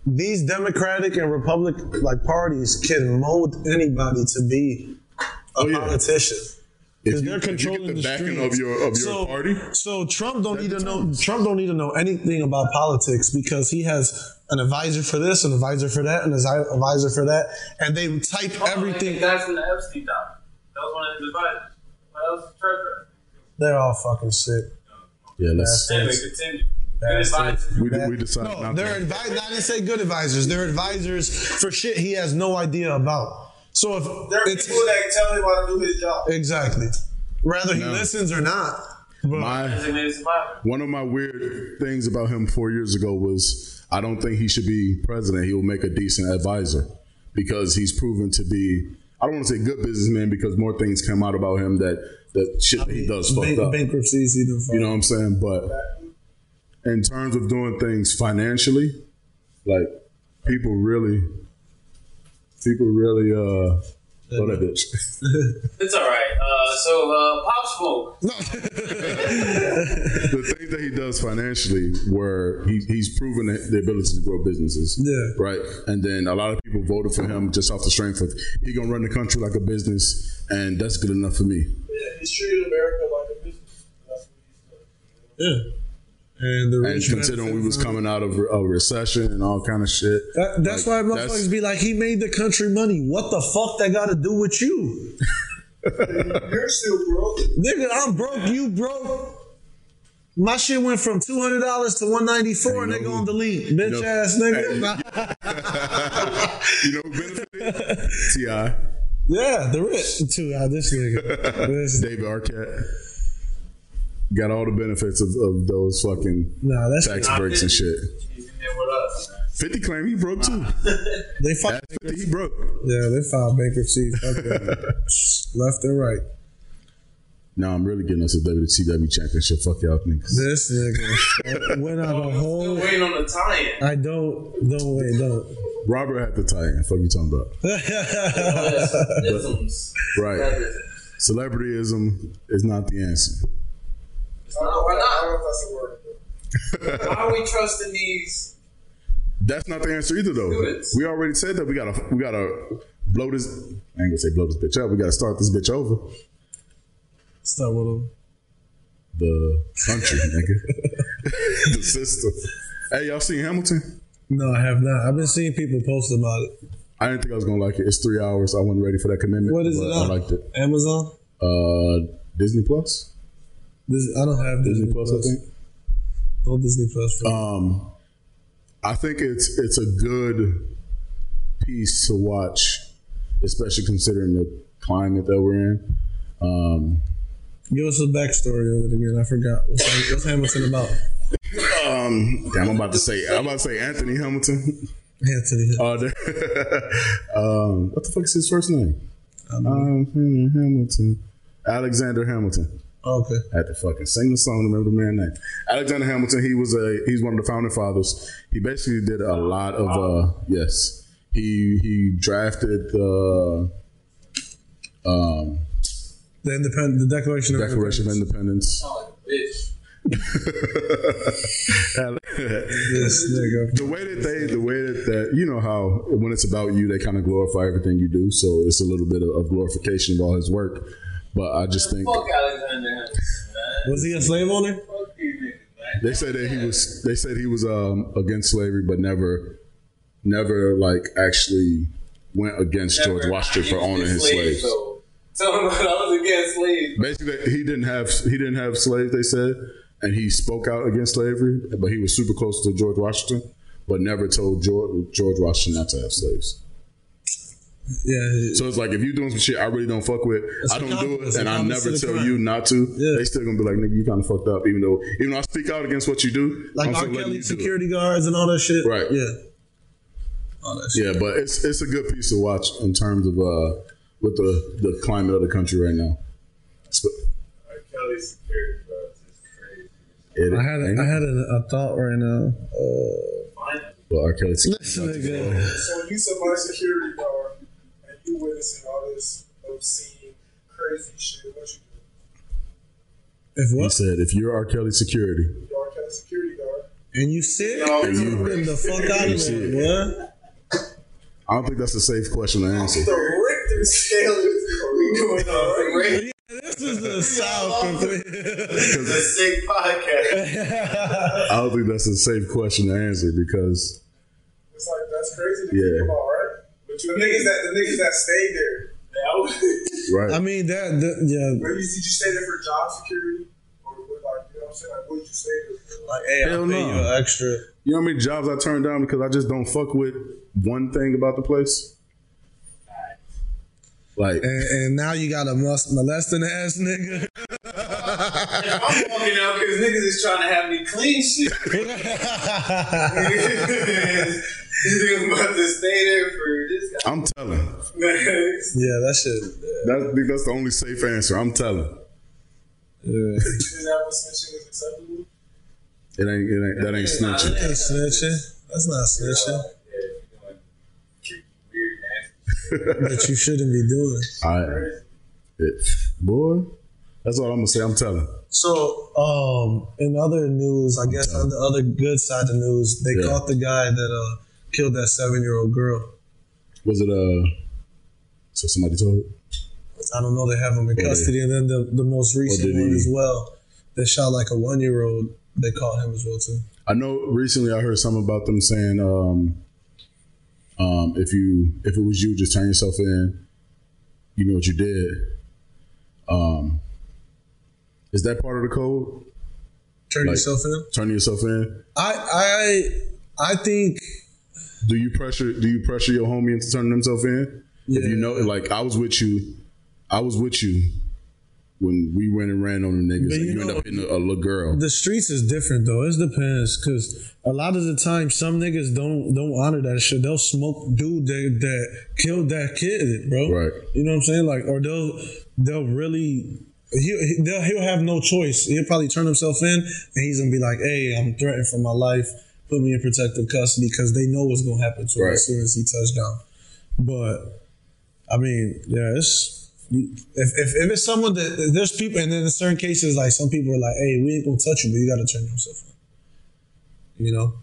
S2: These Democratic and Republic like parties can mold anybody to be a politician.
S1: If
S2: 'Cause they're
S1: you- Oh, if you get
S2: controlling
S1: the
S2: the,
S1: backing of
S2: streets.
S1: your- of your
S2: so,
S1: party,
S2: So Trump don't need to know. Trump don't need to know anything about politics because he has an advisor for this, an advisor for that, an advi- advisor for that, and they type everything.
S3: That's from the Epstein doc. That was one of his advisors. What else? Treasurer.
S2: They're all fucking sick.
S1: Yeah, let's.
S3: Anyway, continue.
S1: We, we decided
S2: No,
S1: not
S2: they're
S1: to.
S2: advisors. I didn't say good advisors. They're advisors for shit he has no idea about. So if
S4: There are
S2: it's
S4: people that tell him how to do his job.
S2: exactly, whether he
S1: No.
S2: listens or not.
S1: My,
S3: Designated survivor.
S1: one of my weird things about him four years ago was I don't think he should be president. He will make a decent advisor because he's proven to be. I don't want to say good businessman because more things come out about him that that shit that he does fucked
S2: Bank,
S1: up.
S2: bankruptcies, he done
S1: You know what I'm saying? But in terms of doing things financially, like people really, people really, uh, throw that bitch.
S3: It's all right. Uh, so, uh, Pop Smoke.
S1: the things that he does financially, where he, he's proven the the ability to grow businesses,
S2: Yeah.
S1: right? And then a lot of people voted for him just off the strength of he gonna run the country like a business, and that's good enough for me.
S4: Yeah, he's treated America like a business. That's what he's doing.
S2: Yeah. And the
S1: And
S2: rich man-
S1: considering we was coming out of a recession and all kind of shit,
S2: That- that's
S1: Like,
S2: why
S1: that's-
S2: motherfuckers be like, he made the country money. What the fuck that got to do with you,
S4: You're still broke.
S2: nigga? I'm broke. You broke. My shit went from two hundred dollars to one ninety four, and they gonna delete, bitch
S1: know-
S2: ass nigga.
S1: you know, who benefited Ti,
S2: Yeah, the rich too. Ah, this nigga. This-
S1: David Arquette. Got all the benefits of, of those fucking
S2: nah, that's
S1: tax breaks and shit.
S3: He's in there with us.
S1: Fifty claim he broke too.
S2: they filed.
S1: At Fifty he broke.
S2: Yeah, they filed bankruptcy. Fuck them. Left and right.
S1: No, I'm really getting us a WCW championship. Fuck y'all niggas.
S2: This nigga went out a whole.
S3: Waiting on the tie-in.
S2: I don't. Don't wait. Don't.
S1: Robert had the tie in. Fuck you talking about.
S3: Isms. That
S1: Right.
S3: is it.
S1: Celebrityism is not the answer.
S3: Why not? Why
S4: I don't
S3: not?
S4: know if that's a word.
S3: Why are we trusting these?
S1: That's not the answer either though.
S3: Students.
S1: We already said that we gotta we gotta blow this I ain't gonna say blow this bitch up. We gotta start this bitch over.
S2: Start with him.
S1: The country, nigga. the system. Hey, y'all seen Hamilton?
S2: No, I have not. I've been seeing people post about it.
S1: I didn't think I was gonna like it. It's three hours. I wasn't ready for that commitment.
S2: What is
S1: but
S2: it?
S1: I
S2: On?
S1: liked it.
S2: Amazon.
S1: Uh Disney Plus?
S2: This, I don't have
S1: Disney Plus, I think.
S2: No Disney Plus. For me.
S1: Um, I think it's it's a good piece to watch, especially considering the climate that we're in. Um,
S2: Give us a backstory of it again. I forgot. What's, what's Hamilton about?
S1: um, damn, I'm about to say I'm about to say Anthony Hamilton.
S2: Anthony.
S1: Uh, the- um, what the fuck is his first name? Um, hmm, Hamilton, Alexander Hamilton.
S2: Okay.
S1: I had to fucking sing the song to remember the man's name. Alexander Hamilton. He was a he's one of the founding fathers. He basically did a lot of uh yes. He he drafted the um,
S2: The independent, the Declaration of
S1: Declaration of Independence.
S3: Oh, bitch.
S1: this nigga. The way that they, the way that, that you know how when it's about you, they kind of glorify everything you do. So it's a little bit of, of glorification of all his work. But I just think
S3: Fuck Alexander Hamilton, man.
S1: Was he a slave owner?
S3: Fuck these niggas, man.
S1: They said that he was. They said he was um, against slavery, but never, never like actually went against George Washington for owning his slaves.
S3: So, tell him I was against slaves.
S1: Basically, he didn't have he didn't have slaves. They said, and he spoke out against slavery, but he was super close to George Washington, but never told George, George Washington not to have slaves.
S2: Yeah.
S1: So it's like if you're doing some shit I really don't fuck with,
S2: That's
S1: I don't
S2: account-
S1: do it,
S2: that's
S1: and I
S2: accountants
S1: never
S2: to the
S1: tell
S2: crime.
S1: you not to. They still gonna be like, nigga, you kind of fucked up, even though even though I speak out against what you do.
S2: Like
S1: I'm
S2: R.
S1: still letting
S2: Kelly
S1: you do it.
S2: security guards and all that shit.
S1: Right.
S2: Yeah.
S1: Yeah, but it's it's a good piece to watch in terms of uh with the the climate of the country right now. It's-
S3: Kelly's security guards is crazy.
S1: It,
S2: I had
S1: ain't
S2: a, I
S1: it?
S2: had a, a thought right now. Uh,
S1: But R. Kelly
S2: listen again.
S5: So when you somebody security guard and you witnessing all this obscene, crazy shit, what you
S2: If
S1: He
S2: what?
S1: said, if you're R. Kelly security,
S5: do? You are kind of security guard.
S2: And you sit
S1: And you-
S2: you the fuck out
S1: you
S2: of
S1: sit.
S2: there, boy.
S1: I don't think that's a safe question to answer.
S5: The Richter scale is going on right now.
S2: This is the South.
S5: The sick podcast.
S1: I don't think that's a safe question to answer because
S5: It's like that's crazy to
S1: Yeah.
S5: think about, right? But you the niggas that the niggas that stayed there. Now,
S1: right,
S2: I mean that. that yeah.
S5: where you did you stay there for job security or what? Like you know what I'm saying? Like what did you stay there? for?
S2: Like, hey,
S1: Hell
S2: I'll pay
S1: no.
S2: you an extra.
S1: you know how many jobs I turned down because I just don't fuck with one thing about the place. Like
S2: And, and now you got a must molesting ass nigga.
S3: I'm walking out because niggas is trying to have me clean shit. These niggas about to stay there for this guy.
S1: I'm telling,
S3: It's
S2: Yeah, that shit.
S1: that, I think that's the only safe answer. I'm telling.
S5: Is that what snitching is acceptable?
S1: It ain't, it ain't that ain't snitching.
S2: That ain't snitching. That's not snitching.
S3: weird, nasty.
S2: That you shouldn't be doing.
S1: I, it, boy, that's all I'm gonna say. I'm telling.
S2: So, um, in other news, I guess on the other good side of the news, they
S1: Yeah.
S2: caught the guy that uh, killed that seven-year-old girl.
S1: Was it uh? So somebody told.
S2: I don't know. They have him in
S1: Or
S2: custody, and then the, the most recent
S1: did
S2: one
S1: he-
S2: as well. They shot like a one-year-old. They caught him as well too.
S1: I know recently I heard something about them saying, um, um, if you if it was you, just turn yourself in. You know what you did. Um, is that part of the code?
S2: Turn
S1: Like-
S2: yourself in.
S1: Turning yourself in.
S2: I I I think
S1: Do you pressure? Do you pressure your homie into turning himself in? If you
S2: Yeah.
S1: know, like I was with you, I was with you when we went and ran on the niggas.
S2: But
S1: and
S2: you
S1: you end
S2: know-
S1: up hitting a, a little girl.
S2: the streets is different though. It depends because a lot of the time some niggas don't don't honor that shit. They'll smoke dude that, that killed that kid, bro.
S1: Right.
S2: You know what I'm saying? Like, or they'll they'll really. He'll, he- they'll, he'll have no choice. He'll probably turn himself in and he's going to be like, hey, I'm threatened for my life. Put me in protective custody because they know what's going to happen to him
S1: Right.
S2: as soon as he touched down. But, I mean, yeah, it's. you- If, if, if it's someone that if there's people, and then in certain cases, like some people are like, hey, we ain't going to touch you, but you got to turn yourself in. You know?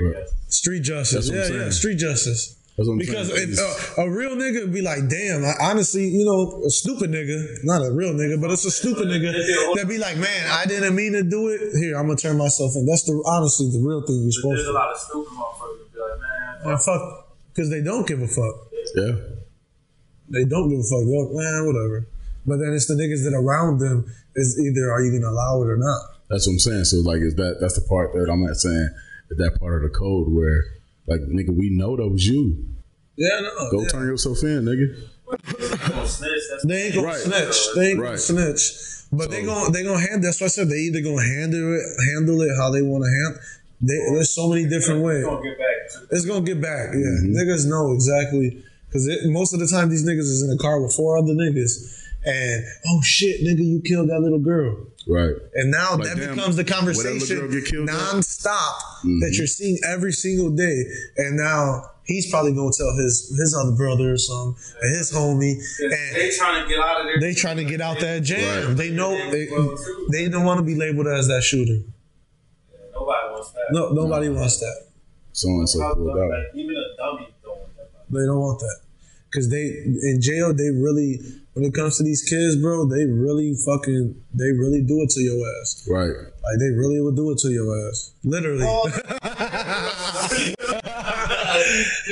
S1: Right.
S2: Street justice.
S1: That's what I'm
S2: yeah, yeah,
S1: saying.
S2: street justice.
S1: That's what I'm
S2: Because
S1: saying.
S2: if, uh, a real nigga would be like, damn, I, honestly, you know, a stupid nigga, not a real nigga, but it's a stupid nigga that be like, man, I didn't mean to do it. Here, I'm gonna turn myself in. That's the honestly the real thing you're supposed
S3: There's
S2: to.
S3: a lot of stupid motherfuckers that be like, man,
S2: Man, fuck, because they don't give a fuck.
S1: yeah,
S2: They don't give a fuck. They're like, man, whatever. But then it's the niggas that around them is either are you gonna allow it or not.
S1: that's what I'm saying. So like, is that that's the part that I'm not saying that that part of the code where like nigga, we know that was you.
S2: Yeah, no.
S1: Go
S2: yeah.
S1: turn yourself in, nigga.
S3: I'm gonna snitch. That's
S2: They ain't gonna
S1: Right.
S2: snitch. They ain't gonna
S1: Right.
S2: snitch. But they gonna they gonna handle. That's why I said they either gonna handle it handle it how they want to handle. They, there's so many different ways.
S3: gonna get back to
S2: It's gonna get back. Yeah,
S1: Mm-hmm.
S2: niggas know exactly because most of the time these niggas is in a car with four other niggas, and oh shit, nigga, you killed that little girl.
S1: Right.
S2: And now
S1: Like,
S2: that
S1: damn,
S2: becomes the
S1: would that little
S2: conversation
S1: girl get killed, though?
S2: nonstop that you're seeing every single day. And now he's probably gonna tell his his other brother or some and his homie. And
S3: They trying to get out of there.
S2: they trying to get out that jam. They know they, they don't want to be labeled as that shooter.
S3: Nobody wants that.
S2: No, nobody wants that.
S1: So and so pulled out.
S3: Like, even a dummy don't want that.
S2: They don't want that because they in jail. They really, when it comes to these kids, bro, they really fucking, they really do it to your ass.
S1: Right.
S2: Like they really will do it to your ass, literally.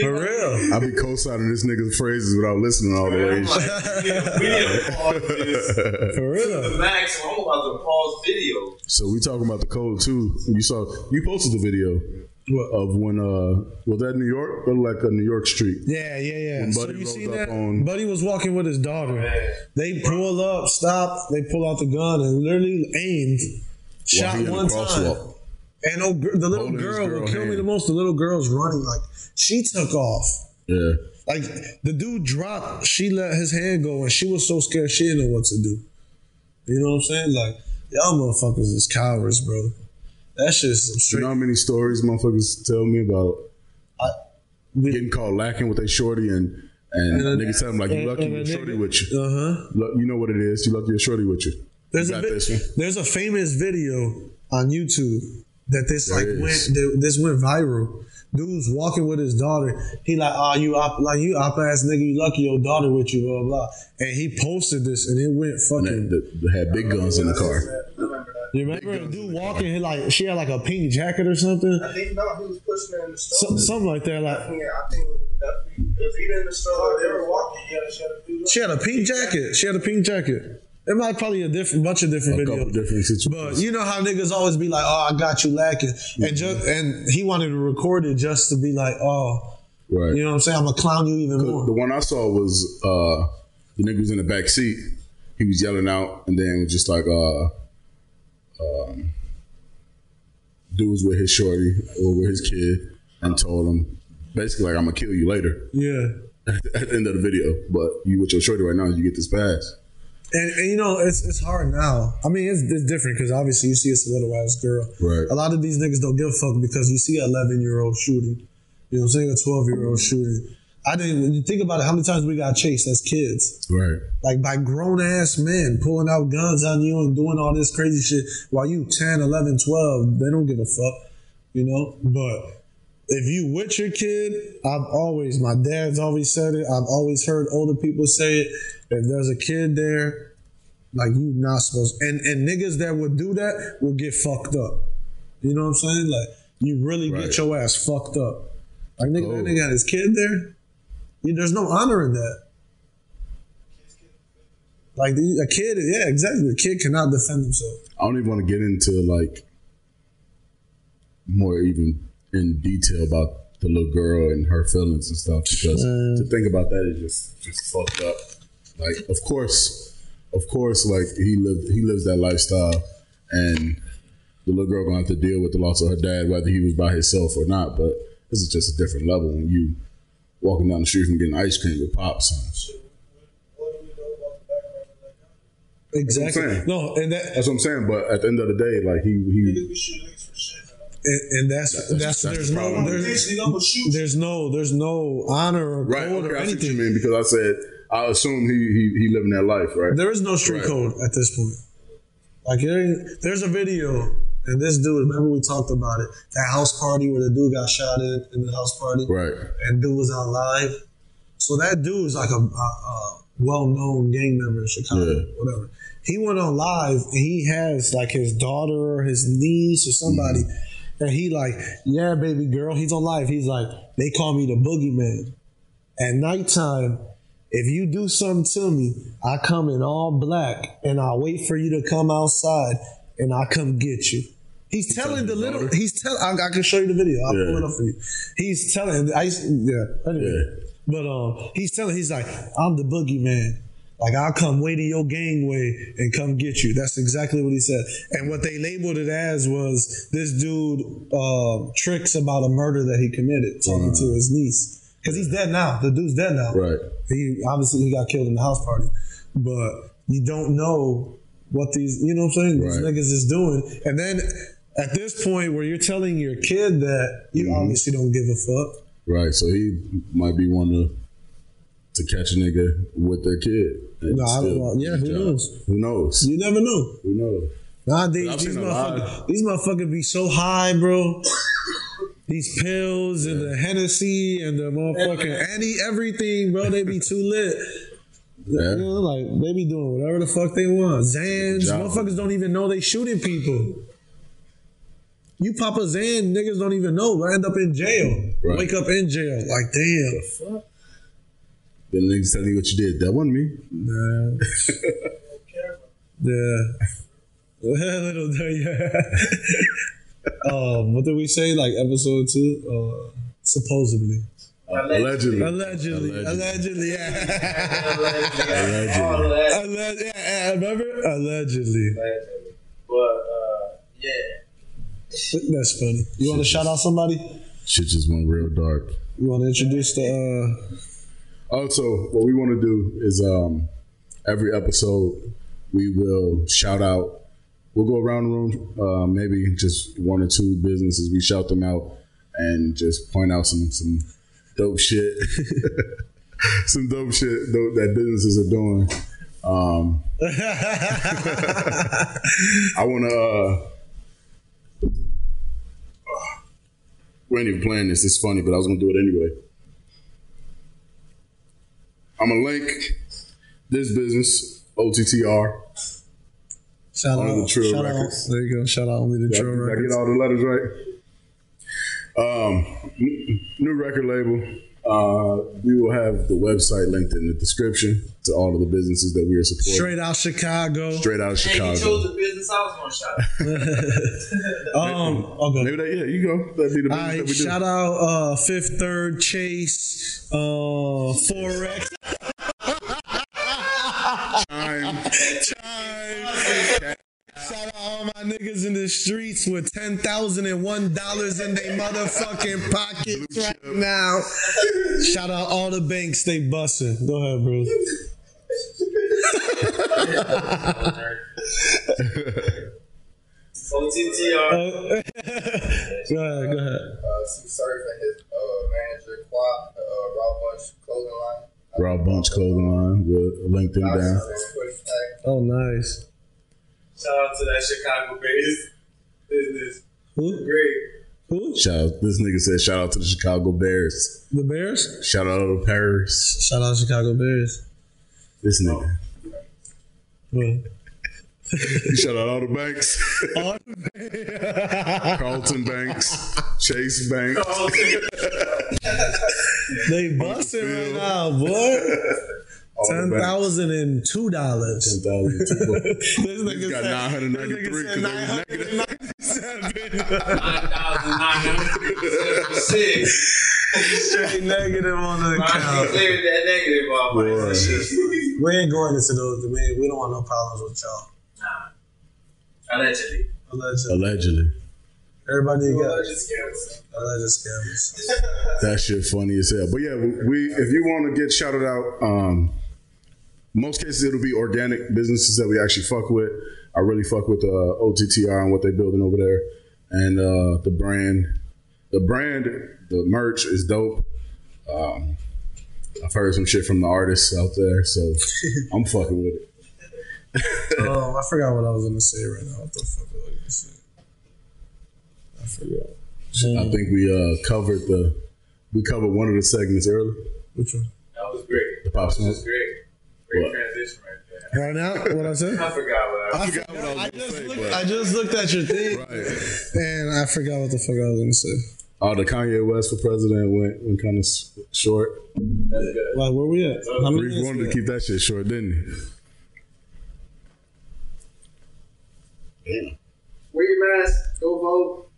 S2: For real.
S1: I be co-signing this nigga's phrases without listening all the way. and shit.
S3: We need to pause this.
S2: For real.
S3: The max, I'm about to pause video.
S1: So we talking about the code too. You saw you posted the video of when uh was that New York or like a New York street?
S2: Yeah, yeah, yeah.
S1: When
S2: so
S1: Buddy
S2: you
S1: rolled
S2: seen
S1: up
S2: that?
S1: on-
S2: Buddy was walking with his daughter. They pull up, stop. They pull out the gun and literally aimed,
S1: While
S2: shot
S1: he in the
S2: one time.
S1: crosswalk.
S2: And oh, gr- the little
S1: Holding his
S2: girl,
S1: girl
S2: what killed me
S1: hand.
S2: the most, the little girl's running like she took off.
S1: Yeah.
S2: Like the dude dropped, she let his hand go, and she was so scared she didn't know what to do. You know what I'm saying? Like y'all motherfuckers is cowards, bro. That shit is some
S1: You
S2: straight.
S1: know how many stories motherfuckers tell me about
S2: we-
S1: getting called lacking with a shorty and and,
S2: And then-
S1: niggas tell them like
S2: and-
S1: you lucky
S2: and
S1: your
S2: then
S1: shorty
S2: nigga-
S1: with you.
S2: Uh huh.
S1: Lu- You know what it is. You lucky your shorty with you.
S2: There's
S1: You
S2: a
S1: got
S2: vi-
S1: this one.
S2: there's a famous video on YouTube that this like
S1: There is.
S2: went that, this went viral. Dude's walking with his daughter. He like, ah, you op like you op ass nigga, you lucky your daughter with you, blah blah. And he posted this, and it went fucking.
S1: That, that had big guns in the car.
S2: You remember a dude walking? He like she had like a pink jacket or something,
S5: I think no, he was pushing her in the store.
S2: Some, something like that. Like
S5: yeah, I think it was definitely it was either in the store or they were walking. Yeah, she had a few.
S2: she had a pink jacket. She had a pink jacket. It might probably a different bunch of different
S1: A
S2: videos.
S1: couple
S2: But
S1: different situations.
S2: you know how niggas always be like, "Oh, I got you lacking,"
S1: Mm-hmm.
S2: and just and he wanted to record it just to be like, "Oh,
S1: right.
S2: you know what I'm saying? I'm gonna clown you even
S1: The- The
S2: more."
S1: one I saw was uh, the nigga was in the back seat. He was yelling out, and then was just like, uh, um, dude was with his shorty or with his kid, and told him basically like, "I'm gonna kill you later."
S2: Yeah,
S1: At the end of the video, but you with your shorty right now, you get this pass.
S2: and, and you know it's it's hard now. I mean, it's, it's different because obviously you see it's a little ass girl.
S1: Right.
S2: A lot of these niggas don't give a fuck because you see an 11 year old shooting. You know what I'm saying? A 12 year old shooting. I didn't. When you think about it, how many times we got chased as kids?
S1: Right.
S2: like by grown ass men pulling out guns on you and doing all this crazy shit while you 10, 11, 12, they don't give a fuck, you know? But if you with your kid, I've always, my dad's always said it, I've always heard older people say it. If there's a kid there, like you not supposed and and niggas that would do that will get fucked up. You know what I'm saying? Like you really
S1: Right.
S2: get your ass fucked up. Like nigga,
S1: Oh.
S2: that nigga got his kid there. You- There's no honor in that. Like the, a kid, yeah, exactly. A kid cannot defend himself.
S1: I don't even want to get into like more even in detail about the little girl and her feelings and stuff because to think about that is just just fucked up. Like, of course, of course, like he lived he lives that lifestyle, and the little girl gonna have to deal with the loss of her dad, whether he was by himself or not. But this is just a different level when you walking down the street from getting ice cream with pops. And,
S2: Exactly.
S1: saying.
S2: No, and that
S1: that's what I'm saying. But at the end of the day, like he he
S2: and, and that's, that's
S1: that's the
S2: there's no
S1: problem.
S2: there's, there's no there's no honor or
S1: Right.
S2: code
S1: Okay,
S2: or
S1: I see what you
S2: anything.
S1: mean because I said I assume he he, he living that life, right?
S2: There is no street
S1: Right.
S2: code at this point. Like there ain't- there's a video and this dude. Remember we talked about it. That house party where the dude got shot in in the house party.
S1: right.
S2: and dude was on live. So that dude is like a, a, a well-known gang member in Chicago,
S1: Yeah.
S2: whatever. He went on live and he has like his daughter or his niece or somebody, and he like, yeah, baby girl. He's on live. He's like, they call me the boogeyman. At nighttime, if you do something to me, I come in all black and I wait for you to come outside and I come get you. He's telling the little. He's telling. I, I can show you the video. I'll pull it up for you. He's telling. I used, yeah. Anyway, but um, he's telling. He's like, I'm the boogeyman. Like I'll come way to your gangway and come get you. That's exactly what he said. And what they labeled it as was this dude uh, tricks about a murder that he committed, talking to his niece because he's dead now. The dude's dead now.
S1: Right.
S2: He obviously he got killed in the house party, but you don't know what these you know what I'm saying these
S1: Right.
S2: niggas is doing.
S1: Mm-hmm.
S2: And then at this point where you're telling your kid that you obviously don't give a fuck.
S1: Right. So he might be one to to catch a nigga with their kid. and
S2: No, I
S1: still
S2: don't know. Yeah,
S1: get
S2: who
S1: jobs.
S2: knows?
S1: Who knows?
S2: You never know.
S1: Who knows?
S2: Nowadays,
S1: I've
S2: these
S1: seen a lot.
S2: motherfuckers, these motherfuckers be so high, bro. These pills and the Hennessy and the motherfucking any everything, bro. They be too lit. You know, like they be doing whatever the fuck they want. Zans,
S1: Job.
S2: motherfuckers don't even know they shooting people. You pop a Zan, niggas don't even know. End up in jail.
S1: Right.
S2: Wake up in jail. Like damn.
S1: Then niggas tell you what you did. That wasn't me.
S2: Nah. yeah. Little dirty. um, what did we say? Like episode two? Uh, supposedly.
S1: Allegedly.
S2: Allegedly. Allegedly. Yeah.
S1: Allegedly.
S2: Alleg- yeah, yeah, remember? Allegedly.
S3: But uh, yeah,
S2: That's funny. You want to shout out somebody?
S1: Shit just went real dark.
S2: You want to introduce the. uh,
S1: Also, what we want to do is um, every episode we will shout out. We'll go around the room, uh, maybe just one or two businesses. We shout them out and just point out some some dope shit, some dope shit dope, that businesses are doing. Um, I want to. Uh, we ain't even planning this. It's funny, but I was gonna do it anyway. I'm gonna link this business OTTR.
S2: Shout
S1: Only the
S2: out.
S1: Trill
S2: Shout out.
S1: Records.
S2: There you go. Shout out only the
S1: Did I,
S2: Trill
S1: did I
S2: Records.
S1: get all the letters right? Um, n- new record label. Uh, we will have the website linked in the description to all of the businesses that we are supporting.
S2: Straight out Chicago.
S1: Straight out of
S3: hey, you chose
S1: Chicago.
S3: the business I was gonna shout. out.
S2: Um, okay.
S1: Maybe that, yeah, you go. That'd be the business
S2: All
S1: that
S2: right,
S1: we do.
S2: shout out uh, Fifth Third Chase, uh, Forex.
S1: Time.
S2: Shout out all my niggas in the streets with ten thousand and one dollars in their motherfucking pockets right now. Shout out all the banks they busting. Go ahead, bro.
S3: OTTR.
S2: Uh, go ahead, go ahead.
S5: Uh, Sue Surf and his uh, manager, Quap, the uh, Raw Bunch clothing line.
S1: Raw Bunch clothing line. We'll link them down.
S5: This push tag.
S2: Oh, nice.
S3: Shout out to that Chicago-based business.
S2: Who?
S3: Great.
S2: Who?
S1: Shout out. This nigga said shout out to the Chicago Bears.
S2: The Bears?
S1: Shout out to Paris.
S2: Shout out Chicago Bears.
S1: This nigga.
S2: Well,
S1: Shout out all the banks. Carlton Banks, Chase Bank,
S2: They busting right now, boy. Ten thousand and two dollars.
S1: This
S2: This nigga
S1: got
S2: said-
S1: 993
S2: this
S1: because
S2: nigga said
S1: they was negative.
S2: 997.
S3: Nine thousand nine hundred six.
S2: Straight negative on the
S3: I
S2: account.
S3: declared that negative off my
S1: Boy.
S2: We ain't going into those. We, we don't want no problems with y'all.
S3: Allegedly.
S2: Allegedly.
S1: Allegedly.
S2: Everybody got
S3: Alleged scams.
S2: alleged scammers.
S1: That shit funny as hell. But yeah, we if you want to get shouted out, um, most cases it'll be organic businesses that we actually fuck with. I really fuck with uh, OTTR and what they're building over there, and uh, the brand, the brand, the merch is dope. Um, I've heard some shit from the artists out there, so I'm fucking with it.
S2: Oh, I forgot what I was gonna say right now. What the fuck was I gonna say? I forgot. Hmm.
S1: I think we uh, covered the we covered one of the segments earlier.
S2: Which one?
S3: That was great.
S1: The pop smoke.
S3: That's great. Great
S1: What?
S3: transition right there.
S2: Right now, what I said?
S3: I forgot what I was.
S2: I,
S1: forgot what I was gonna
S2: just
S1: say,
S2: looked,
S1: but-
S2: I just looked at your thing and I forgot what the fuck I was gonna say.
S1: Oh, the Kanye West for president went went kind of short.
S2: Like, where we at? How many
S1: Reeve
S2: minutes
S1: wanted
S2: we
S1: to
S2: at?
S1: keep that shit short, didn't he?
S3: Wear your mask. Go vote.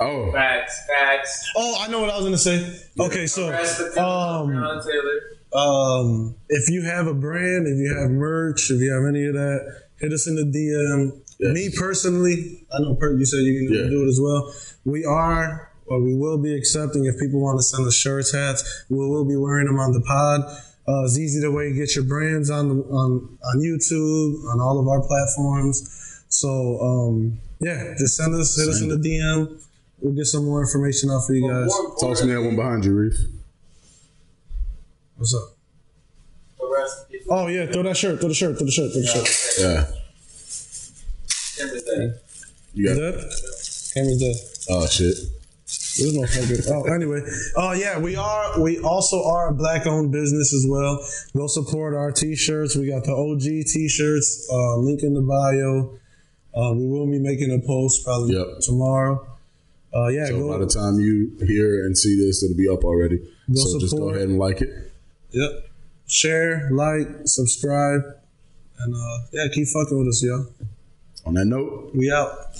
S1: Oh,
S3: Facts. Facts.
S2: Oh, I know what I was gonna say. Okay, so
S3: Rest of
S2: um,
S3: Breonna Taylor.
S2: um, if you have a brand, if you have merch, if you have any of that, hit us in the DM.
S1: Yes.
S2: Me personally, I know per- you said you're gonna
S1: Yeah.
S2: do it as well. We are, or we will be accepting if people want to send us shirts, hats. We will be wearing them on the pod. Uh, it's easy to way to get your brands on on on YouTube, on all of our platforms. So um, yeah, just send
S1: Oh,
S2: us hit us in the DM. We'll get some more information out for you guys.
S3: More
S1: toss me that one behind you, Reef.
S2: What's up?
S4: The rest of people.
S2: Oh yeah, throw that shirt, throw the shirt, throw the shirt, throw the shirt.
S1: Yeah.
S4: Camera's dead.
S1: You got
S2: Dead? Camera's dead.
S1: Oh shit.
S2: There's no fucking. Oh, anyway. Oh yeah, we are. We also are a black-owned business as well. Go support our t-shirts. We got the OG t-shirts. Uh, link in the bio. Uh, we will be making a post probably
S1: Yep.
S2: tomorrow. Uh, yeah,
S1: So
S2: go.
S1: by the time you hear and see this, it'll be up already.
S2: Go
S1: so just go
S2: support.
S1: ahead and like it.
S2: Yep. Share, like, subscribe, and uh, yeah, keep fucking with us, y'all.
S1: On that note,
S2: We out.